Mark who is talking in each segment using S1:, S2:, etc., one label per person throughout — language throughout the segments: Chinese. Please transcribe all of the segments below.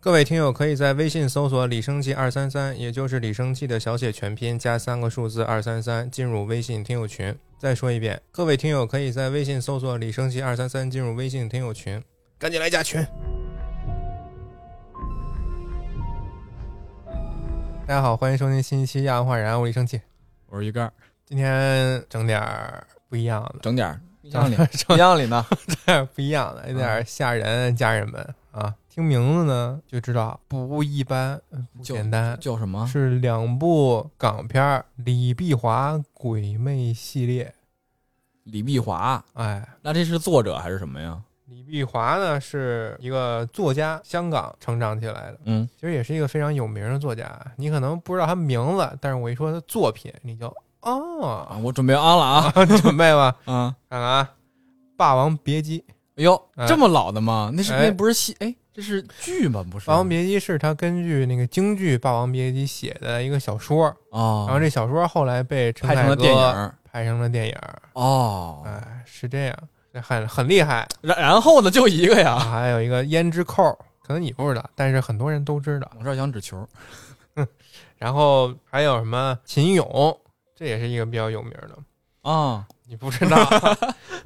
S1: 各位听友可以在微信搜索“李生记二三三”，也就是李生记的小写全拼加三个数字二三三，进入微信听友群。再说一遍，各位听友可以在微信搜索“李生记二三三”，进入微信听友群，赶紧来加群。大家好，欢迎收听新一期《亚文化人》，我李生气。
S2: 我是鱼竿儿，
S1: 今天整点儿不一样的，
S2: 整点儿冰
S1: 整
S2: 箱里
S1: 点
S2: 冰箱里呢，
S1: 儿不一样的，有 点儿吓人，家人们啊！听名字呢就知道不一般，不
S2: 就
S1: 简单，
S2: 叫什么？
S1: 是两部港片儿，李碧华鬼魅系列。
S2: 李碧华，
S1: 哎，
S2: 那这是作者还是什么呀？
S1: 李碧华呢是一个作家，香港成长起来的，
S2: 嗯，
S1: 其实也是一个非常有名的作家。你可能不知道他名字，但是我一说他作品，你就
S2: 啊，
S1: 哦，
S2: 我准备安了啊，
S1: 准备吧，
S2: 啊，
S1: 看看啊，《霸王别姬》。
S2: 哎呦
S1: 哎，
S2: 这么老的吗？那是
S1: 哎
S2: 那不是戏，哎，这是剧吗？不
S1: 《
S2: 是，
S1: 霸王别姬》是他根据那个京剧《霸王别姬》写的一个小说，
S2: 哦，
S1: 然后这小说后来被陈
S2: 拍成
S1: 凯
S2: 了电
S1: 歌
S2: 影
S1: 拍成了电影。
S2: 哦，
S1: 哎，是这样，很很厉害
S2: 然然后呢，就一个
S1: 啊！
S2: 呀，
S1: 还有一个胭脂扣，可能你不知道，但是很多人都知道。
S2: 我知道杨紫球，
S1: 然后还有什么秦俑，这也是一个比较有名的，
S2: 啊，
S1: 你不 知道。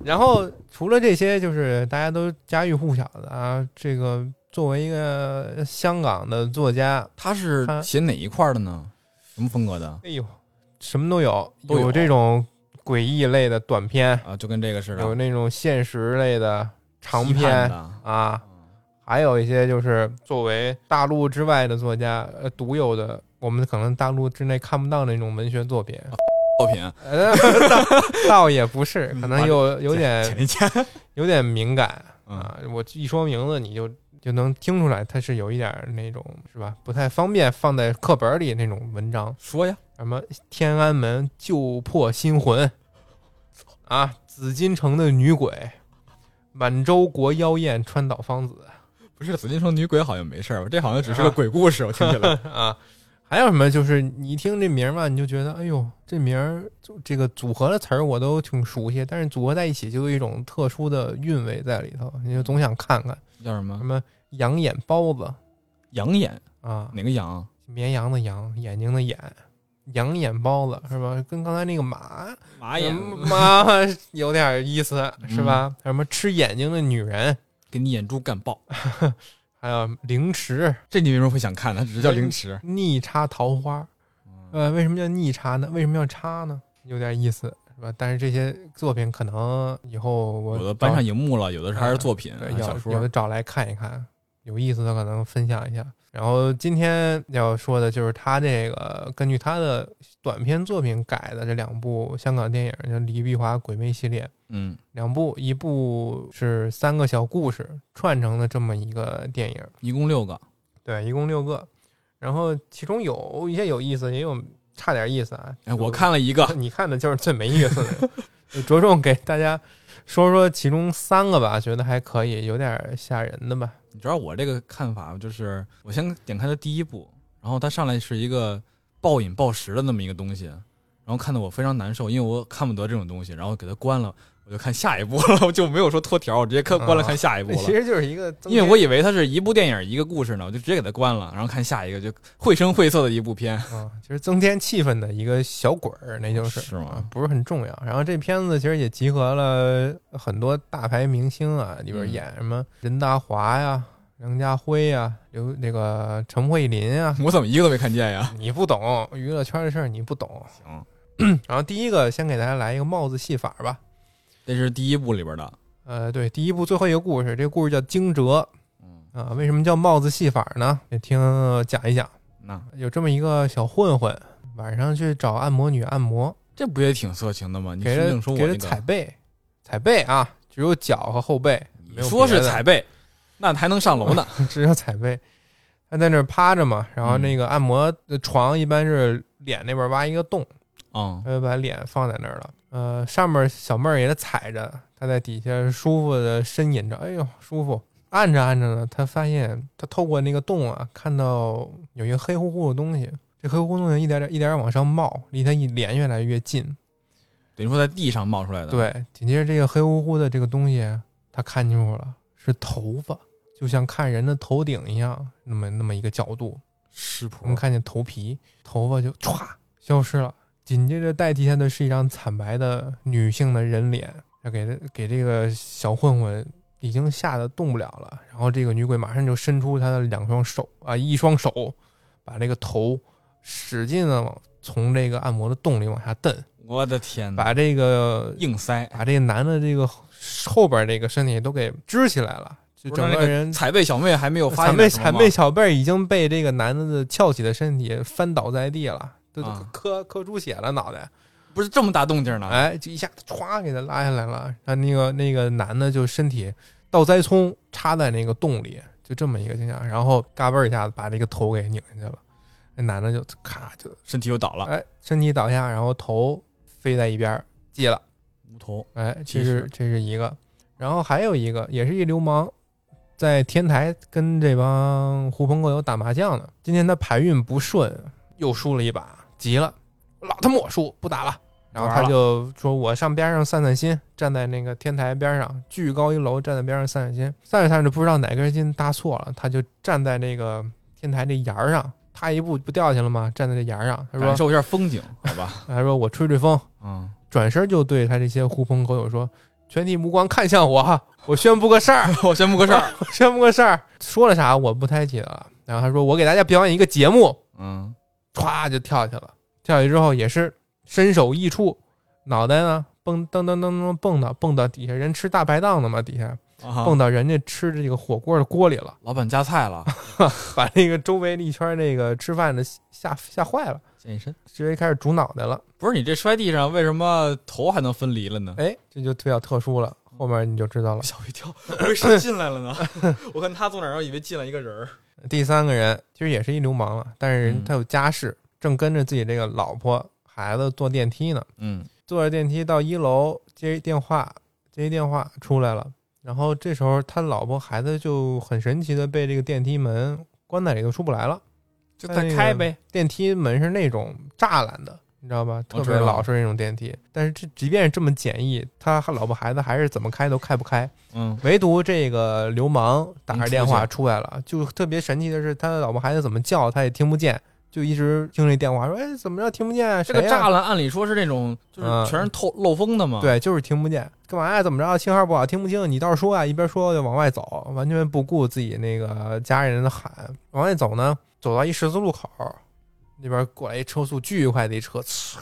S1: 然后除了这些，就是大家都家喻户晓的啊。这个作为一个香港的作家，
S2: 他是
S1: 他
S2: 写哪一块儿的呢？什么风格的？
S1: 哎呦，什么都有，
S2: 都有
S1: 这种诡异类的短片，
S2: 啊，就跟这个似的，
S1: 有那种现实类的长
S2: 批判
S1: 篇
S2: 的，
S1: 啊，还有一些就是作为大陆之外的作家呃独有的，我们可能大陆之内看不到的那种文学作品。
S2: 作品，
S1: 呃， 倒倒也不是，
S2: 嗯
S1: 可能有有
S2: 啊前
S1: 点
S2: 一前，
S1: 有点敏感
S2: 嗯
S1: 啊。我一说名字，你就就能听出来，它是有一点儿那种是吧？不太方便放在课本里那种文章。
S2: 说呀，
S1: 什么天安门旧破新魂，啊，紫禁城的女鬼，满洲国妖艳川岛芳子
S2: 不是紫禁城女鬼好像没事儿吧？这好像只是个鬼故事，我听起 来。
S1: 啊，还有什么？就是你一听这名儿吧，你就觉得，哎呦，这名儿就这个组合的词儿我都挺熟悉，但是组合在一起就有一种特殊的韵味在里头，你就总想看看
S2: 叫什么
S1: 什？么羊眼包子
S2: 羊眼
S1: 啊，
S2: 哪个羊？
S1: 绵羊的羊，眼睛的眼，羊眼包子是吧？跟刚才那个马
S2: 马
S1: 嗯妈 有点意思是吧？什么吃眼睛的女人，
S2: 给你眼珠干爆，
S1: 还有凌迟
S2: 这你为什么会想看呢？只是叫凌迟，
S1: 逆插桃花，
S2: 嗯
S1: 呃，为什么叫逆插呢？为什么要插呢？有点意思是吧？但是这些作品可能以后我
S2: 有的搬上荧幕了，有的是还是作品、
S1: 对
S2: 还是小
S1: 有有的
S2: 说。
S1: 找来看一看，有意思的可能分享一下。然后今天要说的就是他这个根据他的短篇作品改的这两部香港电影，叫《李碧华鬼魅》系列。
S2: 嗯，
S1: 两部，一部是三个小故事串成的这么一个电影，
S2: 一共六个。
S1: 对，一共六个。然后其中有一些有意思，也有差点意思啊。
S2: 哎，我看了一个，
S1: 你看的就是最没意思的，就着重给大家说说其中三个吧，觉得还可以，有点吓人的吧。
S2: 你知道我这个看法就是，我先点开它第一部，然后它上来是一个暴饮暴食的那么一个东西，然后看得我非常难受，因为我看不得这种东西，然后给它关了，我就看下一部 了，我就没有说脱条，我直接看关了看下一部
S1: 那
S2: 了。
S1: 其实就是一个增添，
S2: 因为我以为它是一部电影一个故事呢，我就直接给它关了，然后看下一个就绘声绘色的一部片。
S1: 啊，就是增添气氛的一个小鬼儿，那就是
S2: 是吗
S1: 啊不是很重要。然后这片子其实也集合了很多大牌明星啊，里边
S2: 嗯
S1: 演什么任达华呀、梁家辉呀、刘那个陈慧琳啊，
S2: 我怎么一个都没看见呀？
S1: 你不懂娱乐圈的事儿，你不懂。
S2: 行，
S1: 然后第一个先给大家来一个帽子戏法吧。
S2: 这是第一部里边的，
S1: 呃，对，第一部最后一个故事，这个故事叫《惊蛰》
S2: 嗯，
S1: 啊。为什么叫帽子戏法呢？也听呃讲一讲。
S2: 那
S1: 有这么一个小混混，晚上去找按摩女按摩，
S2: 这不也挺色情的吗？你
S1: 给
S2: 是
S1: 人
S2: 硬说我
S1: 给
S2: 那
S1: 人踩
S2: 个，
S1: 背，踩背啊，只有脚和后背， 没
S2: 你
S1: 有
S2: 说
S1: 别
S2: 是
S1: 的
S2: 踩，背，那还能上楼呢？
S1: 只有踩背。他在那儿趴着嘛，然后
S2: 嗯
S1: 那个按摩的床一般是脸那边挖一个洞，
S2: 嗯
S1: 他就呃把脸放在那儿了。呃，上面小妹儿也踩着，他在底下舒服的呻吟着，哎呦舒服。按着按着呢，他发现他透过那个洞啊，看到有一个黑乎乎的东西，这黑乎乎的东西一点点一点点往上冒，离他一脸越来越近。
S2: 等于说在地上冒出来的，，
S1: 啊对，紧接着这个黑乎乎的这个东西，他看清楚了，是头发。就像看人的头顶一样，那么那么一个角度，
S2: 湿
S1: 能
S2: 婆，
S1: 看见头皮、头发就歘消失了。紧接着代替他的是一张惨白的女性的人脸，要给他给这个小混混已经吓得动不了了。然后这个女鬼马上就伸出她的两双手啊，一双手把这个头使劲的往从这个按摩的洞里往下蹬，
S2: 我的天哪，
S1: 把这个
S2: 硬塞，
S1: 把这个男的这个后边这个身体都给支起来了，就
S2: 不是
S1: 整
S2: 那
S1: 个人
S2: 彩背小妹还没有发
S1: 谄
S2: 现
S1: 媚
S2: 点什么
S1: 谄
S2: 吗
S1: 媚小贝儿已经被这个男的的翘起的身体翻倒在地了，都都
S2: 啊
S1: 磕磕出血了脑袋，
S2: 不是这么大动静呢，
S1: 哎，就一下歘给他拉下来了。他那个那个男的就身体倒栽葱插在那个洞里，就这么一个景象，然后嘎嘣儿一下子把这个头给拧下去了，那男的就咔就
S2: 身体又倒了，
S1: 哎身体倒下，然后头飞在一边儿接了。
S2: 无头，
S1: 哎，
S2: 其
S1: 这是
S2: 实
S1: 这是一个，然后还有一个也是一流氓，在天台跟这帮狐朋狗友打麻将呢。今天他牌运不顺，又输了一把，急了，老他妈我输，不打了。然后
S2: 玩
S1: 他
S2: 了
S1: 就说：“我上边上散散心，站在那个天台边上，巨高一楼，站在边上散散心。散着散着，不知道哪根筋搭错了，他就站在那个天台这沿儿上，他一步不掉下去了吗？站在这沿儿上，他
S2: 感
S1: 说：
S2: 受一下风景，好 吧，
S1: 他说我吹吹风，
S2: 嗯，
S1: 转身就对他这些狐朋狗友说：“全体目光看向我啊，我宣布个事儿，
S2: 我宣布个事儿，
S1: 我宣布个事儿。”说了啥我不太记得了。然后他说：“我给大家表演一个节目。
S2: 嗯，”
S1: 歘就跳下去了。跳下去之后也是身首异处，脑袋呢蹦噔噔噔噔蹦到蹦到底下，人吃大排档的嘛，底下
S2: 啊
S1: 蹦到人家吃这个火锅的锅里了，
S2: 老板夹菜了，
S1: 把那个周围的一圈那个吃饭的吓吓坏了，
S2: 健一身。
S1: 直接开始煮脑袋了。
S2: 不是你这摔地上，为什么头还能分离了呢？
S1: 哎，这就比较特殊了，后面你就知道了。
S2: 吓我一跳，我以为谁进来了 呢？我看他坐哪儿，然后以为进来一个人儿。
S1: 第三个人其实也是一流氓了，但是人
S2: 嗯
S1: 他有家室，正跟着自己这个老婆孩子坐电梯呢，
S2: 嗯，
S1: 坐着电梯到一楼接一电话，接一电话出来了，然后这时候他老婆孩子就很神奇的被这个电梯门关在里头出不来了，
S2: 就
S1: 那
S2: 再
S1: 个
S2: 开呗。
S1: 电梯门是那种栅栏的。你知道吧？
S2: 我
S1: 特
S2: 知
S1: 别
S2: 道
S1: 老式那种电梯，但是这即便是这么简易，他和老婆孩子还是怎么开都开不开。
S2: 嗯，
S1: 唯独这个流氓打着电话
S2: 能
S1: 出来了，就特别神奇的是，他的老婆孩子怎么叫他也听不见，就一直听这电话说：“哎，怎么着听不见啊？
S2: 这个
S1: 谁呀
S2: 栅栏按理说是那种就是全是透漏风的嘛。，
S1: 对，就是听不见，干嘛呀？怎么着？信号不好，听不清。你倒是说啊，一边说就往外走，完全不顾自己那个家人的喊。往外走呢，走到一十字路口，那边过来一车速巨快的一车，呲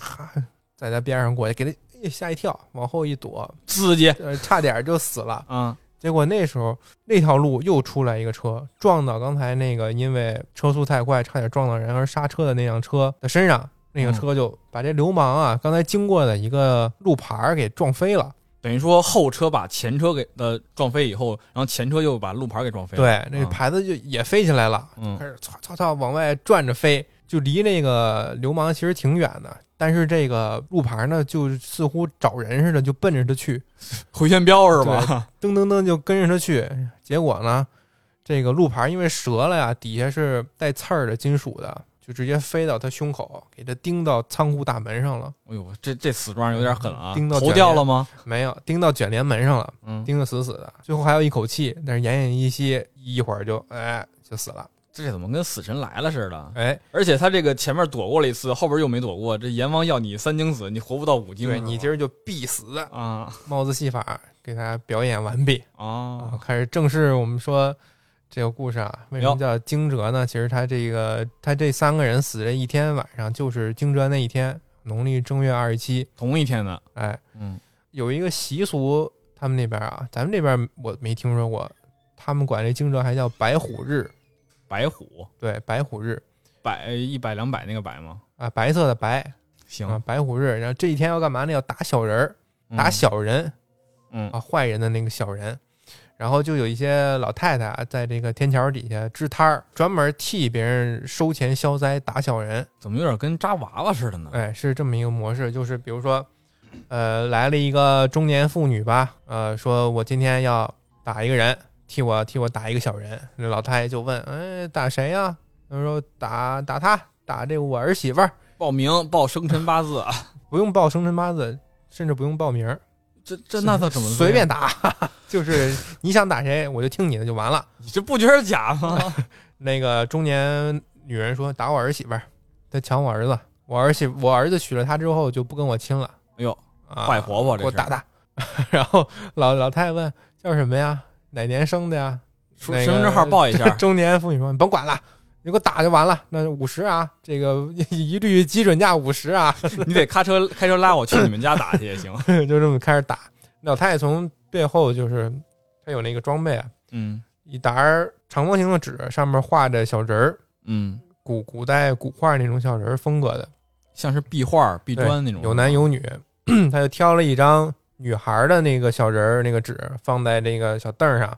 S1: 在他边上过来，给他哎吓一跳，往后一躲，
S2: 刺激
S1: 呃，差点就死了。
S2: 啊！
S1: 结果那时候那条路又出来一个车，撞到刚才那个因为车速太快差点撞到人而刹车的那辆车的身上，那个车就把这流氓啊刚才经过的一个路牌儿给撞飞了。
S2: 等于说后车把前车给呃撞飞以后，然后前车又把路牌给撞飞了。，
S1: 对，那
S2: 嗯
S1: 个牌子就也飞起来了，
S2: 嗯
S1: 开，始唰唰唰往外转着飞，就离那个流氓其实挺远的，但是这个路牌呢，就似乎找人似的，就奔着他去。
S2: 回旋镖是吧？
S1: 噔噔噔就跟着他去。结果呢，这个路牌因为折了呀，底下是带刺儿的金属的，就直接飞到他胸口，给他钉到仓库大门上了。
S2: 哎呦，这这死状有点狠啊！
S1: 嗯钉到
S2: 头
S1: 卷
S2: 掉
S1: 帘
S2: 了吗？
S1: 没有，钉到卷帘门上了，
S2: 嗯，
S1: 钉得死死的。最后还有一口气，但是奄奄一息，一会儿就哎就死了。
S2: 这怎么跟死神来了似的？
S1: 哎，
S2: 而且他这个前面躲过了一次，后边又没躲过。这阎王要你三经子，你活不到五经。
S1: 对你今儿就必死。
S2: 啊
S1: 帽子戏法给大家表演完毕。啊
S2: 啊，
S1: 开始正式我们说这个故事啊，为什么
S2: 哟
S1: 叫惊蛰呢？其实他这个他这三个人死这一天晚上就是惊蛰那一天，农历正月二十七。
S2: 同一天的，
S1: 哎，
S2: 嗯，
S1: 有一个习俗，他们那边啊，咱们这边我没听说过，他们管这惊蛰还叫白虎日，
S2: 白虎
S1: 对，白虎日
S2: 百一百两百那个百吗？
S1: 啊，白色的白
S2: 行，
S1: 啊，白虎日。然后这一天要干嘛呢？要打小人儿，
S2: 嗯
S1: 打小人，
S2: 嗯
S1: 啊，坏人的那个小人。然后就有一些老太太啊，在这个天桥底下支摊儿，专门替别人收钱消灾、打小人。
S2: 怎么有点跟扎娃娃似的呢？
S1: 哎，是这么一个模式，就是比如说，呃，来了一个中年妇女吧，呃，说我今天要打一个人，替我替我打一个小人。那老太太就问，哎，打谁呀、他说打打他，打这我儿媳妇儿，
S2: 报名报生辰八字，啊
S1: 不用报生辰八字，甚至不用报名儿，
S2: 这这那他怎么
S1: 随便？打， 就是你想打谁我就听你的就完了。
S2: 你这不觉得假 吗？
S1: 那个中年女人说打我儿媳妇儿，她抢我儿子，我儿媳我儿子娶了她之后就不跟我亲了，
S2: 哎呦，
S1: 啊、
S2: 坏婆婆这
S1: 给我
S2: 是
S1: 打 打。然后老老太太问叫什么呀？哪年生的呀？
S2: 出
S1: 那个
S2: 身份证号报一下，
S1: 中年妇女说你甭管了。你给我打就完了，那五十啊，这个 一律基准价五十啊，
S2: 你得开车开车拉我去你们家打去也行。
S1: 就这么开始打。老太太从背后就是，她有那个装备啊，
S2: 嗯
S1: 一沓儿长方形的纸，上面画着小人儿，
S2: 嗯，
S1: 古古代古画那种小人儿风格的，
S2: 像是壁画、壁砖那种，
S1: 有男有女。 她就挑了一张女孩儿的那个小人儿那个纸，放在这个小凳儿上，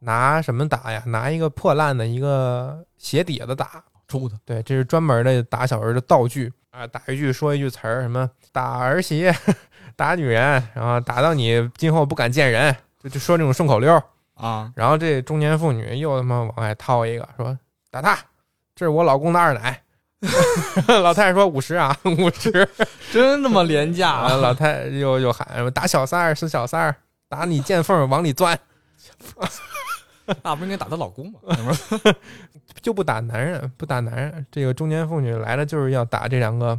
S1: 拿什么打呀？拿一个破烂的一个鞋底子打，
S2: 抽他。
S1: 对，这是专门的打小人的道具啊，打一句说一句词儿，什么打儿媳、 打女人，然后打到你今后不敢见人，就就说这种顺口溜儿。
S2: 啊，
S1: 然后这中年妇女又他妈往外掏一个，说打他，这是我老公的二奶。老太太说五十啊， 五十。
S2: 真他妈廉价
S1: 啊，！ 老太太又又喊什么打小三儿是小三儿，打你见缝儿往里钻，
S2: 那不应该打她老公吗？
S1: 就不打男人，不打男人。这个中年妇女来了就是要打这两个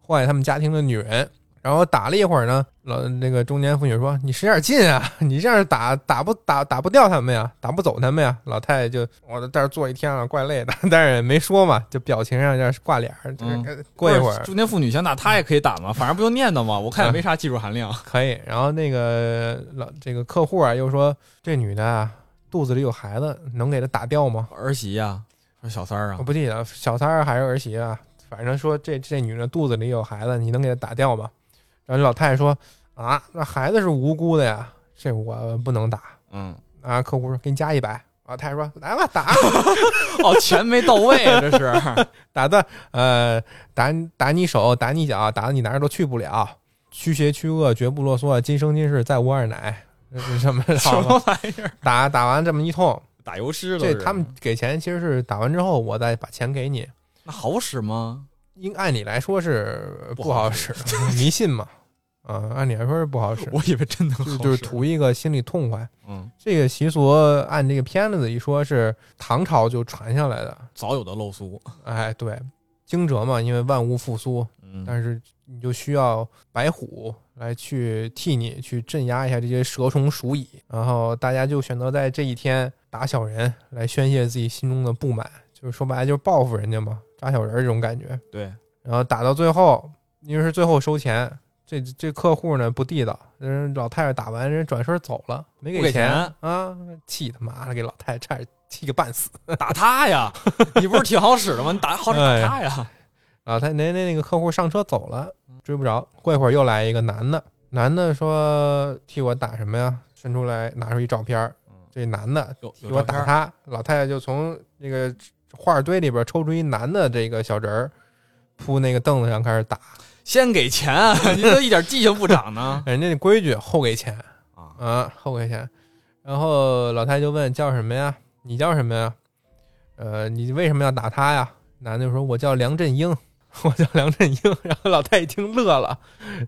S1: 祸害他们家庭的女人。然后打了一会儿呢，老那个中年妇女说：“你使点劲啊，你这样打打不打打不掉他们呀，打不走他们呀。”老太太就我在这儿坐一天了，怪累的， 但是也没说嘛，就表情上有点挂脸儿。就是
S2: 嗯
S1: 该 过一会儿嗯
S2: 中年妇女想打她也可以打嘛，反正不就念叨嘛。我看也没啥技术含量。
S1: 可以。然后那个老这个客户啊又说：“这女的啊肚子里有孩子，能给她打掉吗？”
S2: 儿媳呀、说小 三儿啊
S1: 我，不记得小三儿还是儿媳啊，反正说这这女的肚子里有孩子，你能给她打掉吗？然后老太太说啊，那孩子是无辜的呀，这我不能打。
S2: 嗯，
S1: 啊，客户说给你加一百。老太太说来吧，打
S2: 哦，钱没到位啊，这是。
S1: 打的呃打打你手，打你脚，打的你哪儿都去不了。驱邪驱恶，绝不啰嗦，今生今世在我二奶。 这是什 么
S2: 什么玩意儿？
S1: 打打完这么一通，
S2: 打油诗了
S1: 这
S2: 是
S1: 他们给钱其实是打完之后，我再把钱给你。
S2: 那好使吗？
S1: 应按理来说是
S2: 不
S1: 不
S2: 好
S1: 好使， 迷信嘛，啊，按理来说是不好使，
S2: 我以为真能好
S1: 就
S2: 使，
S1: 就是图一个心里痛快。
S2: 嗯，
S1: 这个习俗按这个片子一说，是唐朝就传下来的。
S2: 早有的漏俗。
S1: 哎，对，惊蛰嘛，因为万物复苏，
S2: 嗯，
S1: 但是你就需要白虎来去替你去镇压一下这些蛇虫鼠蚁，然后大家就选择在这一天打小人来宣泄自己心中的不满，就是说白了就是报复人家嘛，扎小人儿这种感觉。
S2: 对，
S1: 然后打到最后，因为是最后收钱，这这客户呢不地道，人老太太打完人转身走了，没
S2: 不给
S1: 钱
S2: 钱
S1: 啊，气他妈的给老太太差点气个半死。
S2: 打他 呀！你不是挺好使的吗？你打好使打
S1: 哎
S2: 他呀！
S1: 老太那那那个客户上车走了，
S2: 嗯
S1: 追不着。过一会儿又来一个男的，男的说替我打什么呀？伸出来拿出一照片儿
S2: 嗯，
S1: 这男的
S2: 有
S1: 替
S2: 有
S1: 我
S2: 照片
S1: 打
S2: 儿
S1: 他，老太太就从那个画堆里边抽出一男的这个小人儿，铺那个凳子上开始打。
S2: 先给钱，啊你这一点记性不长 呢
S1: 人家那规矩后给钱，
S2: 啊！
S1: 啊，后给钱。然后老太就问叫什么呀？你叫什么呀？呃，你为什么要打他呀？男的就说：“我叫梁振英， 我叫梁振英。” 然后老太一听乐了：“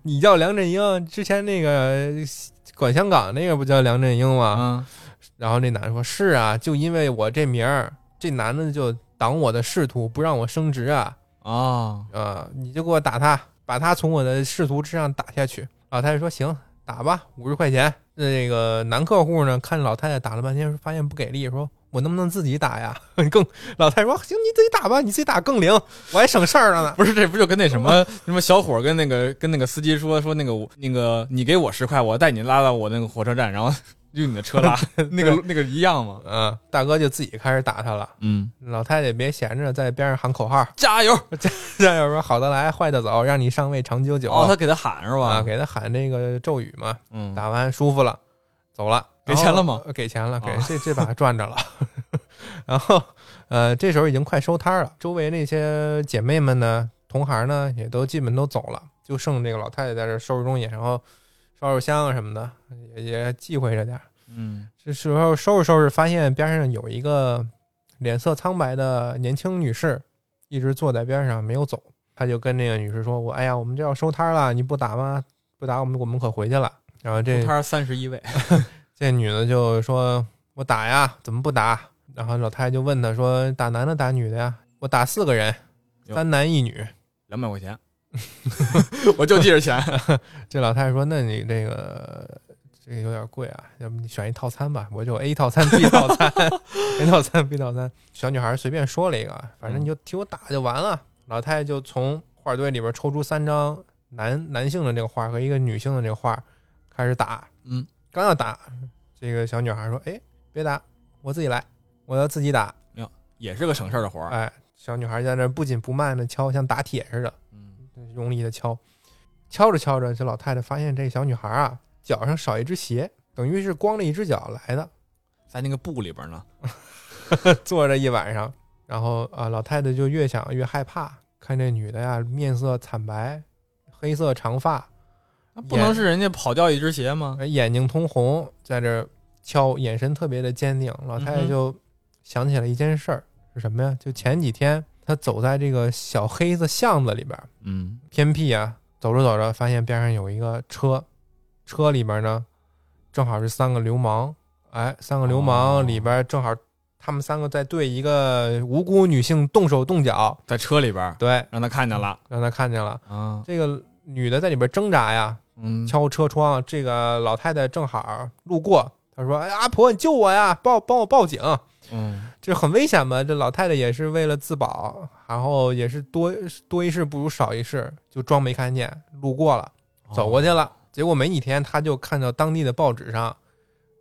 S1: 你叫梁振英？之前那个呃管香港那个不叫梁振英吗
S2: 啊，？”
S1: 然后那男的说：“是啊，就因为我这名儿，这男的就挡我的仕途，不让我升职啊。
S2: 哦，
S1: 啊，你就给我打他，把他从我的仕途之上打下去。”老太太说：“行，打吧，五十块钱。”那个男客户呢，看老太太打了半天，发现不给力，说：“我能不能自己打呀？” 更老太太说：“啊行，你自己打吧，你自己打更灵，我还省事儿了呢。
S2: 不是，这不就跟那什 么什么小伙儿跟那个跟那个司机说说那个我那个你给我十块，我带你拉到我那个火车站，然后用你的车 拉，那个那个一样吗”？
S1: 嗯，大哥就自己开始打他了。
S2: 嗯，
S1: 老太太也别闲着，在边上喊口号，
S2: 加油！
S1: 战友说：“好的来，坏的走，让你上位长久久。
S2: 哦，他给他喊是
S1: 啊，
S2: 吧？
S1: 给他喊那个咒语嘛，
S2: 嗯，
S1: 打完舒服了，走了，
S2: 给钱了吗
S1: 呃给钱了，给
S2: 啊
S1: 这这把赚着了。 然后呃，这时候已经快收摊了，周围那些姐妹们呢、同行呢，也都基本都走了，就剩这个老太太在这收拾东西，然后烧烧香啊什么的，也也忌讳着点儿。
S2: 嗯，
S1: 这时候收拾收拾，发现边上有一个脸色苍白的年轻女士，一直坐在边上没有走。她就跟那个女士说：“我哎呀，我们这要收摊了，你不打吗？不打我们我们可回去了。”然后这
S2: 这摊三十一位，
S1: 这女的就说：“我打呀，怎么不打？”然后老太太就问她说：“打男的打女的呀？”我打四个人，
S2: 哟
S1: 三男一女。
S2: 两百块钱， 我就记着钱。
S1: 这老太太说：“那你这个这个有点贵啊，要不你选一套餐吧？我就 A 套餐、B 套餐、A 套餐、B 套餐。”小女孩随便说了一个，啊反正你就替我打就完了。老太太就从画堆里边抽出三张男男性的这个画和一个女性的这个画，开始打。
S2: 嗯，
S1: 刚要打，这个小女孩说：“哎，别打，我自己来，我要自己打。”
S2: 也是个省事儿的活儿。
S1: 哎，小女孩在那不紧不慢的敲，像打铁似的，
S2: 嗯，
S1: 用力的敲。敲着敲着，这老太太发现这小女孩啊，脚上少一只鞋，等于是光着一只脚来的，
S2: 在那个布里边呢。
S1: 坐着一晚上。然后啊，老太太就越想越害怕，看这女的呀，面色惨白，黑色长发，
S2: 那啊不能是人家跑掉一只鞋吗？
S1: 呃眼睛通红，在这儿敲，眼神特别的坚定。老太太
S2: 嗯哼
S1: 就想起了一件事儿，是什么呀？就前几天她走在这个小黑子巷子里边，
S2: 嗯，
S1: 偏僻啊，走着走着发现边上有一个车，车里边呢正好是三个流氓，哎，三个流
S2: 哦
S1: 氓里边正好他们三个在对一个无辜女性动手动脚，
S2: 在车里边儿
S1: 对，
S2: 让他看见了
S1: 让他看见了。
S2: 啊。
S1: 这个女的在里边挣扎呀，
S2: 嗯，
S1: 敲车窗，这个老太太正好路过，她说：“哎，阿婆，你救我呀，报帮我报警。”
S2: 嗯，
S1: 这很危险嘛。这老太太也是为了自保，然后也是多多一事不如少一事，就装没看见，路过了，
S2: 哦
S1: 走过去了。结果没几天，她就看到当地的报纸上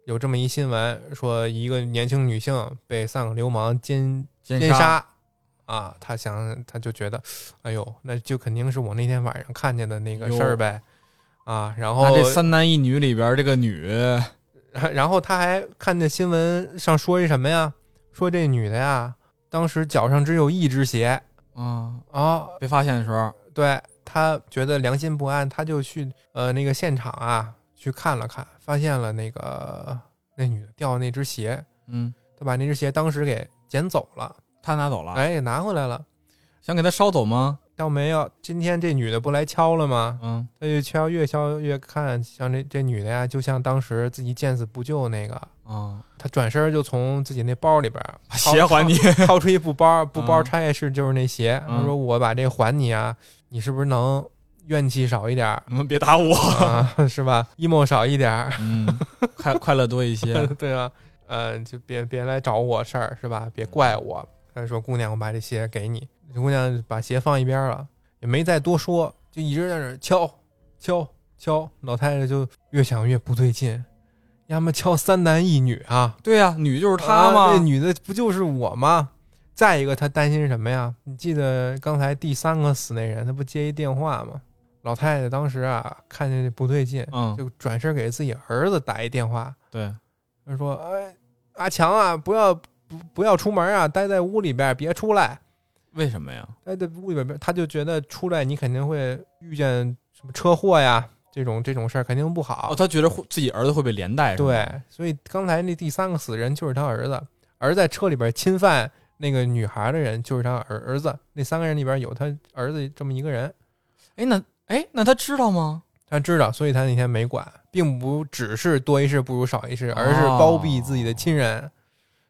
S1: 有这么一新闻，说一个年轻女性被三个流氓奸
S2: 奸
S1: 奸杀。啊，她想，她就觉得，哎呦，那就肯定是我那天晚上看见的那个事儿呗，啊，然后
S2: 那这三男一女里边儿，这个女
S1: 然后他还看见新闻上说一什么呀？说这女的呀，当时脚上只有一只鞋
S2: 啊
S1: 啊，
S2: 被发现的时候，
S1: 对他觉得良心不安，他就去呃那个现场啊去看了看，发现了那个那女的掉的那只鞋，
S2: 嗯，
S1: 他把那只鞋当时给捡走了，
S2: 他拿走了，
S1: 哎，拿回来了。
S2: 想给他捎走吗？
S1: 倒没有，今天这女的不来敲了吗？
S2: 嗯，
S1: 他就敲，越敲越看，像这这女的呀，就像当时自己见死不救那个，
S2: 啊，
S1: 他转身就从自己那包里边儿
S2: 把
S1: 掏
S2: 啊鞋还你，
S1: 掏出一布包，布包
S2: 嗯
S1: 拆开是就是那鞋。
S2: 嗯
S1: 他说：“我把这还你啊，你是不是能怨气少一点儿
S2: 你们别打我。
S1: 啊？ 是吧？emo 少一点儿，
S2: 嗯，快快乐多一些。
S1: 对啊，呃，就别别来找我事儿，是吧？别怪我。”他说：“姑娘，我把这鞋给你。”姑娘把鞋放一边了，也没再多说，就一直在那儿敲敲敲。老太太就越想越不对劲，要么敲三男一女啊，
S2: 对呀、女就是
S1: 啊
S2: 他嘛。
S1: 那女的不就是我吗？再一个，她担心什么呀？你记得刚才第三个死那人，她不接一电话吗？老太太当时啊，看见这不对 劲，
S2: 嗯，
S1: 就转身给自己儿子打一电话，
S2: 对，
S1: 她说：“哎，阿强啊，不要不不要出门啊，待在屋里边，别出来，
S2: 为什么呀？
S1: 待在屋里边。”她就觉得出来你肯定会遇见什么车祸呀，这种这种事儿肯定不好。
S2: 哦，他觉得会自己儿子会被连带。是吗
S1: 对，，所以刚才那第三个死人就是他儿子，而在车里边侵犯那个女孩的人就是他儿儿子。那三个人里边有他儿子这么一个人，
S2: 哎，那哎，那他知道吗？
S1: 他知道，所以他那天没管，并不只是多一事不如少一事，而是包庇自己的亲人，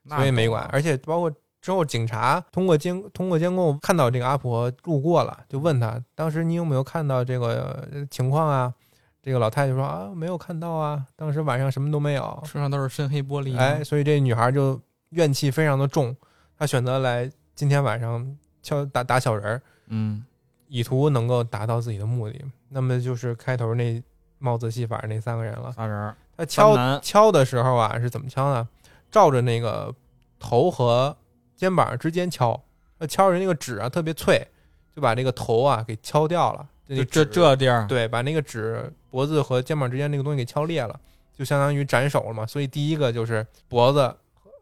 S1: 所以没管。而且包括之后警察通过监通过监控看到这个阿婆路过了，就问他当时你有没有看到这个呃情况啊？这个老太太就说啊，没有看到啊，当时晚上什么都没有。
S2: 身上都是深黑玻璃。
S1: 哎，，所以这女孩就怨气非常的重，她选择来今天晚上敲打打小人儿，
S2: 嗯，
S1: 以图能够达到自己的目的。那么就是开头那帽子戏法那三个人了。
S2: 仨人儿，
S1: 她
S2: 三
S1: 敲
S2: 男，
S1: 敲的时候啊，是怎么敲呢？照着那个头和肩膀之间敲，她敲着那个纸啊特别脆，就把这个头啊给敲掉了。这
S2: 就
S1: 个
S2: 这
S1: 纸
S2: 这地儿。
S1: 对，把那个纸脖子和肩膀之间那个东西给敲裂了，就相当于斩首了嘛。所以第一个就是脖子，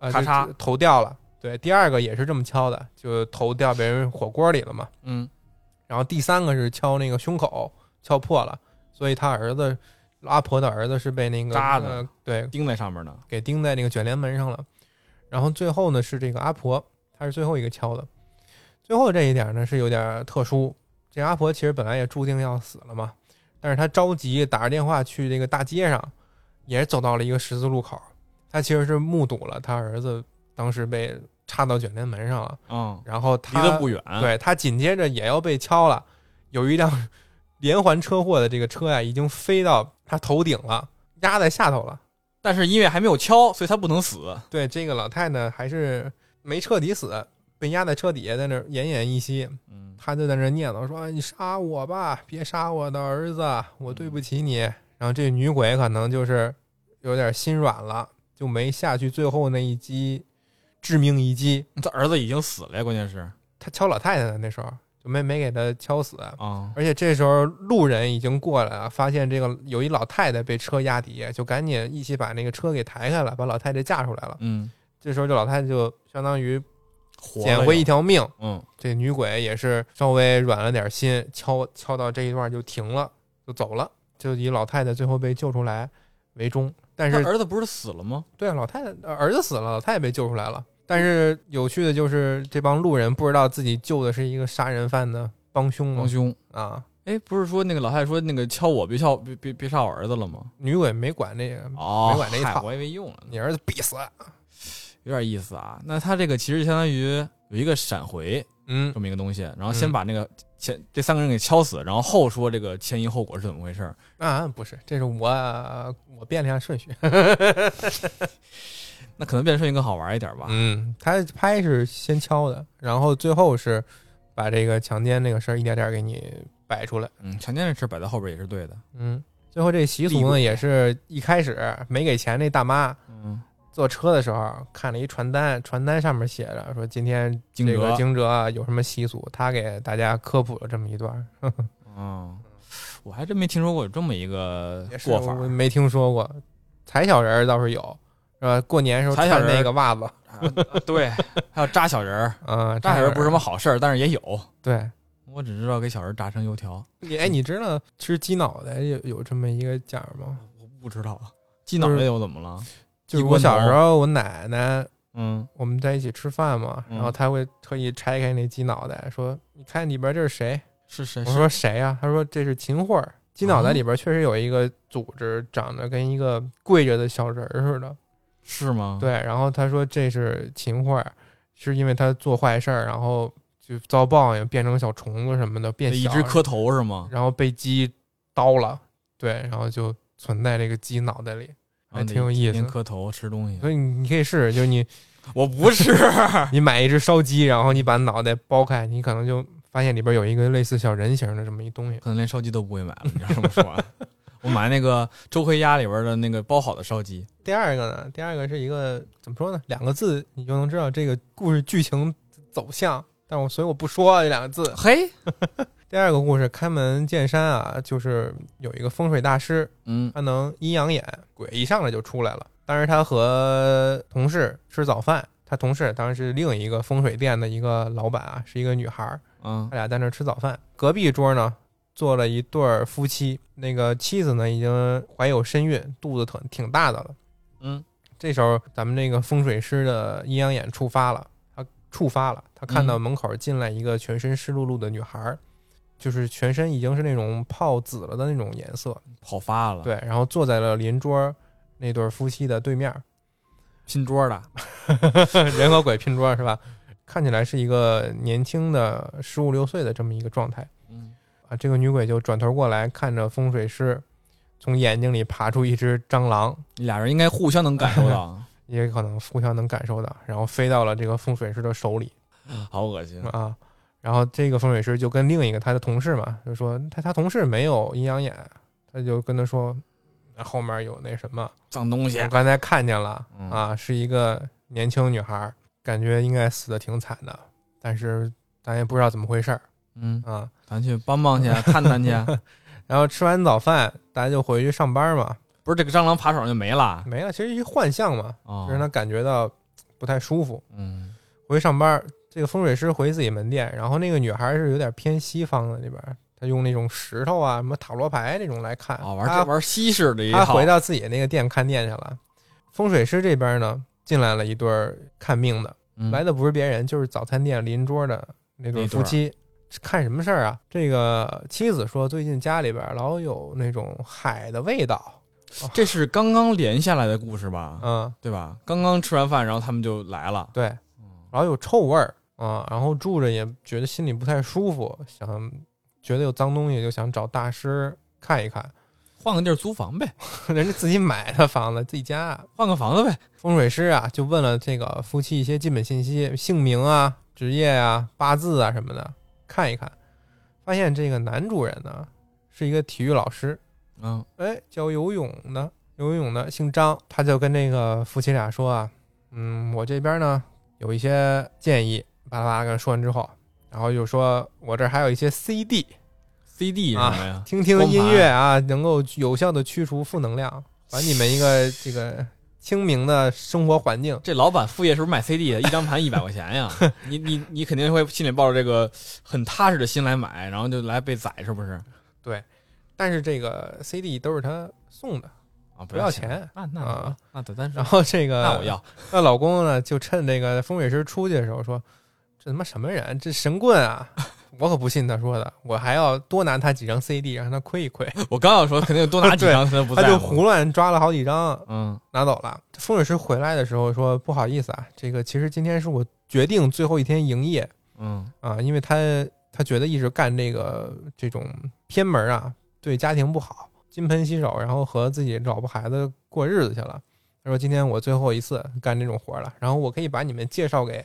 S1: 呃，
S2: 咔
S1: 就
S2: 嚓
S1: 就头掉了。对，第二个也是这么敲的，就头掉别人火锅里了嘛。
S2: 嗯，
S1: 然后第三个是敲那个胸口，敲破了，所以他儿子阿婆的儿子是被那个
S2: 扎的
S1: 呃对，
S2: 钉在上面呢。
S1: 给钉在那个卷帘门上了。然后最后呢是这个阿婆，她是最后一个敲的。最后这一点呢是有点特殊，这阿婆其实本来也注定要死了嘛，但是他着急打着电话去这个大街上，也是走到了一个十字路口，他其实是目睹了他儿子当时被插到卷帘门上了，
S2: 嗯，
S1: 然后
S2: 离
S1: 他
S2: 得不远，，
S1: 对他紧接着也要被敲了，有一辆 连环车祸的这个车呀、已经飞到他头顶了，压在下头了。
S2: 但是因为还没有敲，所以他不能死。
S1: 对这个老太太还是没彻底死，被压在车底下，在那儿奄奄一息。
S2: 嗯，
S1: 他就在那儿念叨说：“你杀我吧，别杀我的儿子，我对不起你。”然后这女鬼可能就是有点心软了，就没下去最后那一击致命一击。
S2: 他儿子已经死了呀，关键是
S1: 他敲老太太的那时候就没没给他敲死，
S2: 啊，
S1: 而且这时候路人已经过来了，发现这个有一老太太被车压底下，就赶紧一起把那个车给抬开了，把老太太架出来了。
S2: 嗯，
S1: 这时候这老太太就相当于
S2: 活
S1: 捡
S2: 了
S1: 回
S2: 又
S1: 一，条命。
S2: 嗯
S1: 这女鬼也是稍微软了点心，敲敲到这一段就停了，就走了，就以老太太最后被救出来为终。但
S2: 他
S1: 是
S2: 儿子不是死了吗？
S1: 对老太太呃儿子死了，老太太被救出来了。但是有趣的就是，这帮路人不知道自己救的是一个杀人犯的帮凶
S2: 帮
S1: 吗？
S2: 凶，
S1: 啊，
S2: 哎，不是说那个老太太说那个敲我，别敲，别别别杀我儿子了吗？
S1: 女鬼没管这个，
S2: 哦，
S1: 没管这一
S2: 嗨
S1: 套
S2: 我以为用了呢，
S1: 你儿子必死。
S2: 有点意思啊。那他这个其实相当于有一个闪回
S1: 嗯
S2: 这么一个东西，然后先
S1: 嗯
S2: 把那个前、这三个人给敲死，然后后说这个前因后果是怎么回事儿。
S1: 啊，不是，这是我我变了一下顺序。
S2: 那可能变成更好玩一点吧。
S1: 嗯，他拍是先敲的，然后最后是把这个强奸那个事儿一点点给你摆出来。
S2: 嗯，强奸这事儿摆在后边也是对的。
S1: 嗯，最后这习
S2: 厉
S1: 俗
S2: 鬼
S1: 呢，也是一开始没给钱那大妈
S2: 嗯，
S1: 坐车的时候看了一传单，传单上面写着说今天
S2: 惊
S1: 这个
S2: 蛰，
S1: 惊蛰啊有什么习俗，他给大家科普了这么一段儿，
S2: 嗯，我还真没听说过有这么一个
S1: 也是
S2: 过法
S1: 我
S2: 儿。
S1: 没听说过。踩小人儿倒是有，是吧？过年时候
S2: 踩小
S1: 穿
S2: 人儿
S1: 那个袜子，
S2: 啊对， 还有扎小人儿，
S1: 啊，
S2: 扎小人儿不是什
S1: 吗？
S2: 么好事儿，但是也有。
S1: 对，
S2: 我只知道给小人儿炸成油条，
S1: 你哎，你知道吃鸡脑袋有有这么一个讲儿吗？
S2: 我不知道鸡脑袋又怎么了？
S1: 就是
S2: 一
S1: 我
S2: 锅
S1: 小
S2: 头
S1: 时候，我奶奶
S2: 嗯，
S1: 我们在一起吃饭嘛，
S2: 嗯
S1: 然后她会特意拆开那鸡脑袋，说：“你看里边这是谁？”
S2: 是谁？
S1: 我
S2: 是啊
S1: 说：“谁呀、她说：“这是秦桧儿。”鸡脑袋里边确实有一个组织，长得跟一个跪着的小人儿似的。
S2: 是吗？，
S1: 对，然后她说这是秦桧儿，是因为他做坏事儿，然后就遭报应，变成小虫子什么的，变
S2: 一
S1: 小
S2: 直磕头是吗？
S1: 然后被鸡刀了，对，然后就存在这个鸡脑袋里，还
S2: 然后得
S1: 挺有意
S2: 天天
S1: 思。
S2: 磕头吃东西。
S1: 所以你你可以试试，就是你
S2: 哎我不是，
S1: 你买一只烧鸡，然后你把脑袋剥开，你可能就发现里边有一个类似小人形的这么一东西。
S2: 可能连烧鸡都不会买了。你要这么说啊，我买那个周黑鸭里边的那个包好的烧鸡，
S1: 第二个呢，第二个是一个怎么说呢？两个字你就能知道这个故事剧情走向，但我所以我不说这两个字。
S2: 嘿，
S1: 第二个故事开门见山啊，就是有一个风水大师，
S2: 嗯
S1: 他能阴阳眼，鬼一上来就出来了。当时他和同事吃早饭，他同事当时是另一个风水店的一个老板啊，是一个女孩儿，
S2: 嗯
S1: 他俩在那儿吃早饭。隔壁桌呢坐了一对儿夫妻，那个妻子呢已经怀有身孕，肚子挺挺大的了。
S2: 嗯，
S1: 这时候咱们这个风水师的阴阳眼触发了，他触发了，他看到门口进来一个全身湿漉漉的女孩儿，就是全身已经是那种泡紫了的那种颜色，
S2: 跑发了，，
S1: 对，然后坐在了邻桌那对夫妻的对面儿，
S2: 拼桌的，
S1: 人和鬼拼桌是吧？看起来是一个年轻的十五六岁的这么一个状态
S2: 嗯，
S1: 啊。这个女鬼就转头过来看着风水师，从眼睛里爬出一只蟑螂，
S2: 俩人应该互相能感受到，啊
S1: 也可能互相能感受到，然后飞到了这个风水师的手里
S2: 好恶心，
S1: 啊。然后这个风水师就跟另一个他的同事嘛，就说他他同事没有阴阳眼，他就跟他说，那后面有那什么。
S2: 脏东西
S1: 我，刚才看见了
S2: 嗯
S1: 啊，是一个年轻女孩儿，感觉应该死的挺惨的，但是咱也不知道怎么回事儿
S2: 嗯，
S1: 啊。
S2: 咱去帮帮去，看 看去，
S1: 然后吃完早饭，大家就回去上班嘛，
S2: 不是这个蟑螂爬手上就没了，
S1: 没了，其实一幻象嘛，
S2: 哦
S1: 就，让他感觉到不太舒服。
S2: 嗯，
S1: 回去上班儿，这个风水师回自己门店，然后那个女孩儿是有点偏西方的那边儿，她用那种石头啊、什么塔罗牌那种来看
S2: 啊，玩
S1: 她
S2: 这玩西式的一
S1: 他
S2: 套
S1: 回，到自己那个店看店去了。风水师这边呢，进来了一对儿看命的。
S2: 嗯
S1: 来的不是别人，就是早餐店邻桌的那对
S2: 那对
S1: 夫妻。看什么事儿啊？这个妻子说最近家里边儿老有那种海的味道，
S2: 这是刚刚连下来的故事吧？
S1: 嗯，
S2: 对吧？刚刚吃完饭，然后他们就来了。
S1: 对，老有臭味儿啊、然后住着也觉得心里不太舒服，想觉得有脏东西就想找大师看一看，
S2: 换个地儿租房呗，
S1: 人家自己买的房子自己家，
S2: 换个房子呗。
S1: 风水师啊，就问了这个夫妻一些基本信息，姓名啊、职业啊、八字啊什么的，看一看，发现这个男主人呢是一个体育老师，
S2: 嗯，
S1: 哎，教游泳的，游泳的姓张，他就跟这个夫妻俩说啊，嗯，我这边呢有一些建议，巴拉巴拉跟他说完之后，然后就说我这儿还有一些 CD，
S2: CD 是什么呀？
S1: 听听音乐啊，能够有效的驱除负能量，还你们一个这个清明的生活环境。
S2: 这老板副业是不是卖 CD 的？一张盘一百块 钱呀？你你你肯定会心里抱着这个很踏实的心来买，然后就来被宰，是不是？
S1: 但是这个 CD 都是他送的，
S2: 啊，
S1: 不
S2: 要
S1: 要。钱。
S2: 那那
S1: 啊
S2: 那得单
S1: 然后这个，
S2: 那我要。
S1: 那老公呢，就趁这个风水师出去的时候说：“这他妈什么人？这神棍啊！ 我可不信他说的，我还要多拿他几张 CD 让他窥一窥。
S2: 我刚要说，肯定多拿几 张，他就”不
S1: 他
S2: 在
S1: 就
S2: 乎
S1: 胡乱抓了好几张
S2: 嗯，
S1: 拿走了。风水师回来的时候说：“不好意思啊，这个其实今天是我决定最后一天营业
S2: 嗯，
S1: 啊，因为他他觉得一直干这个这种偏门啊，对家庭不好，金盆洗手，然后和自己老婆孩子过日子去了。他说今天我最后一次干这种活了，然后我可以把你们介绍给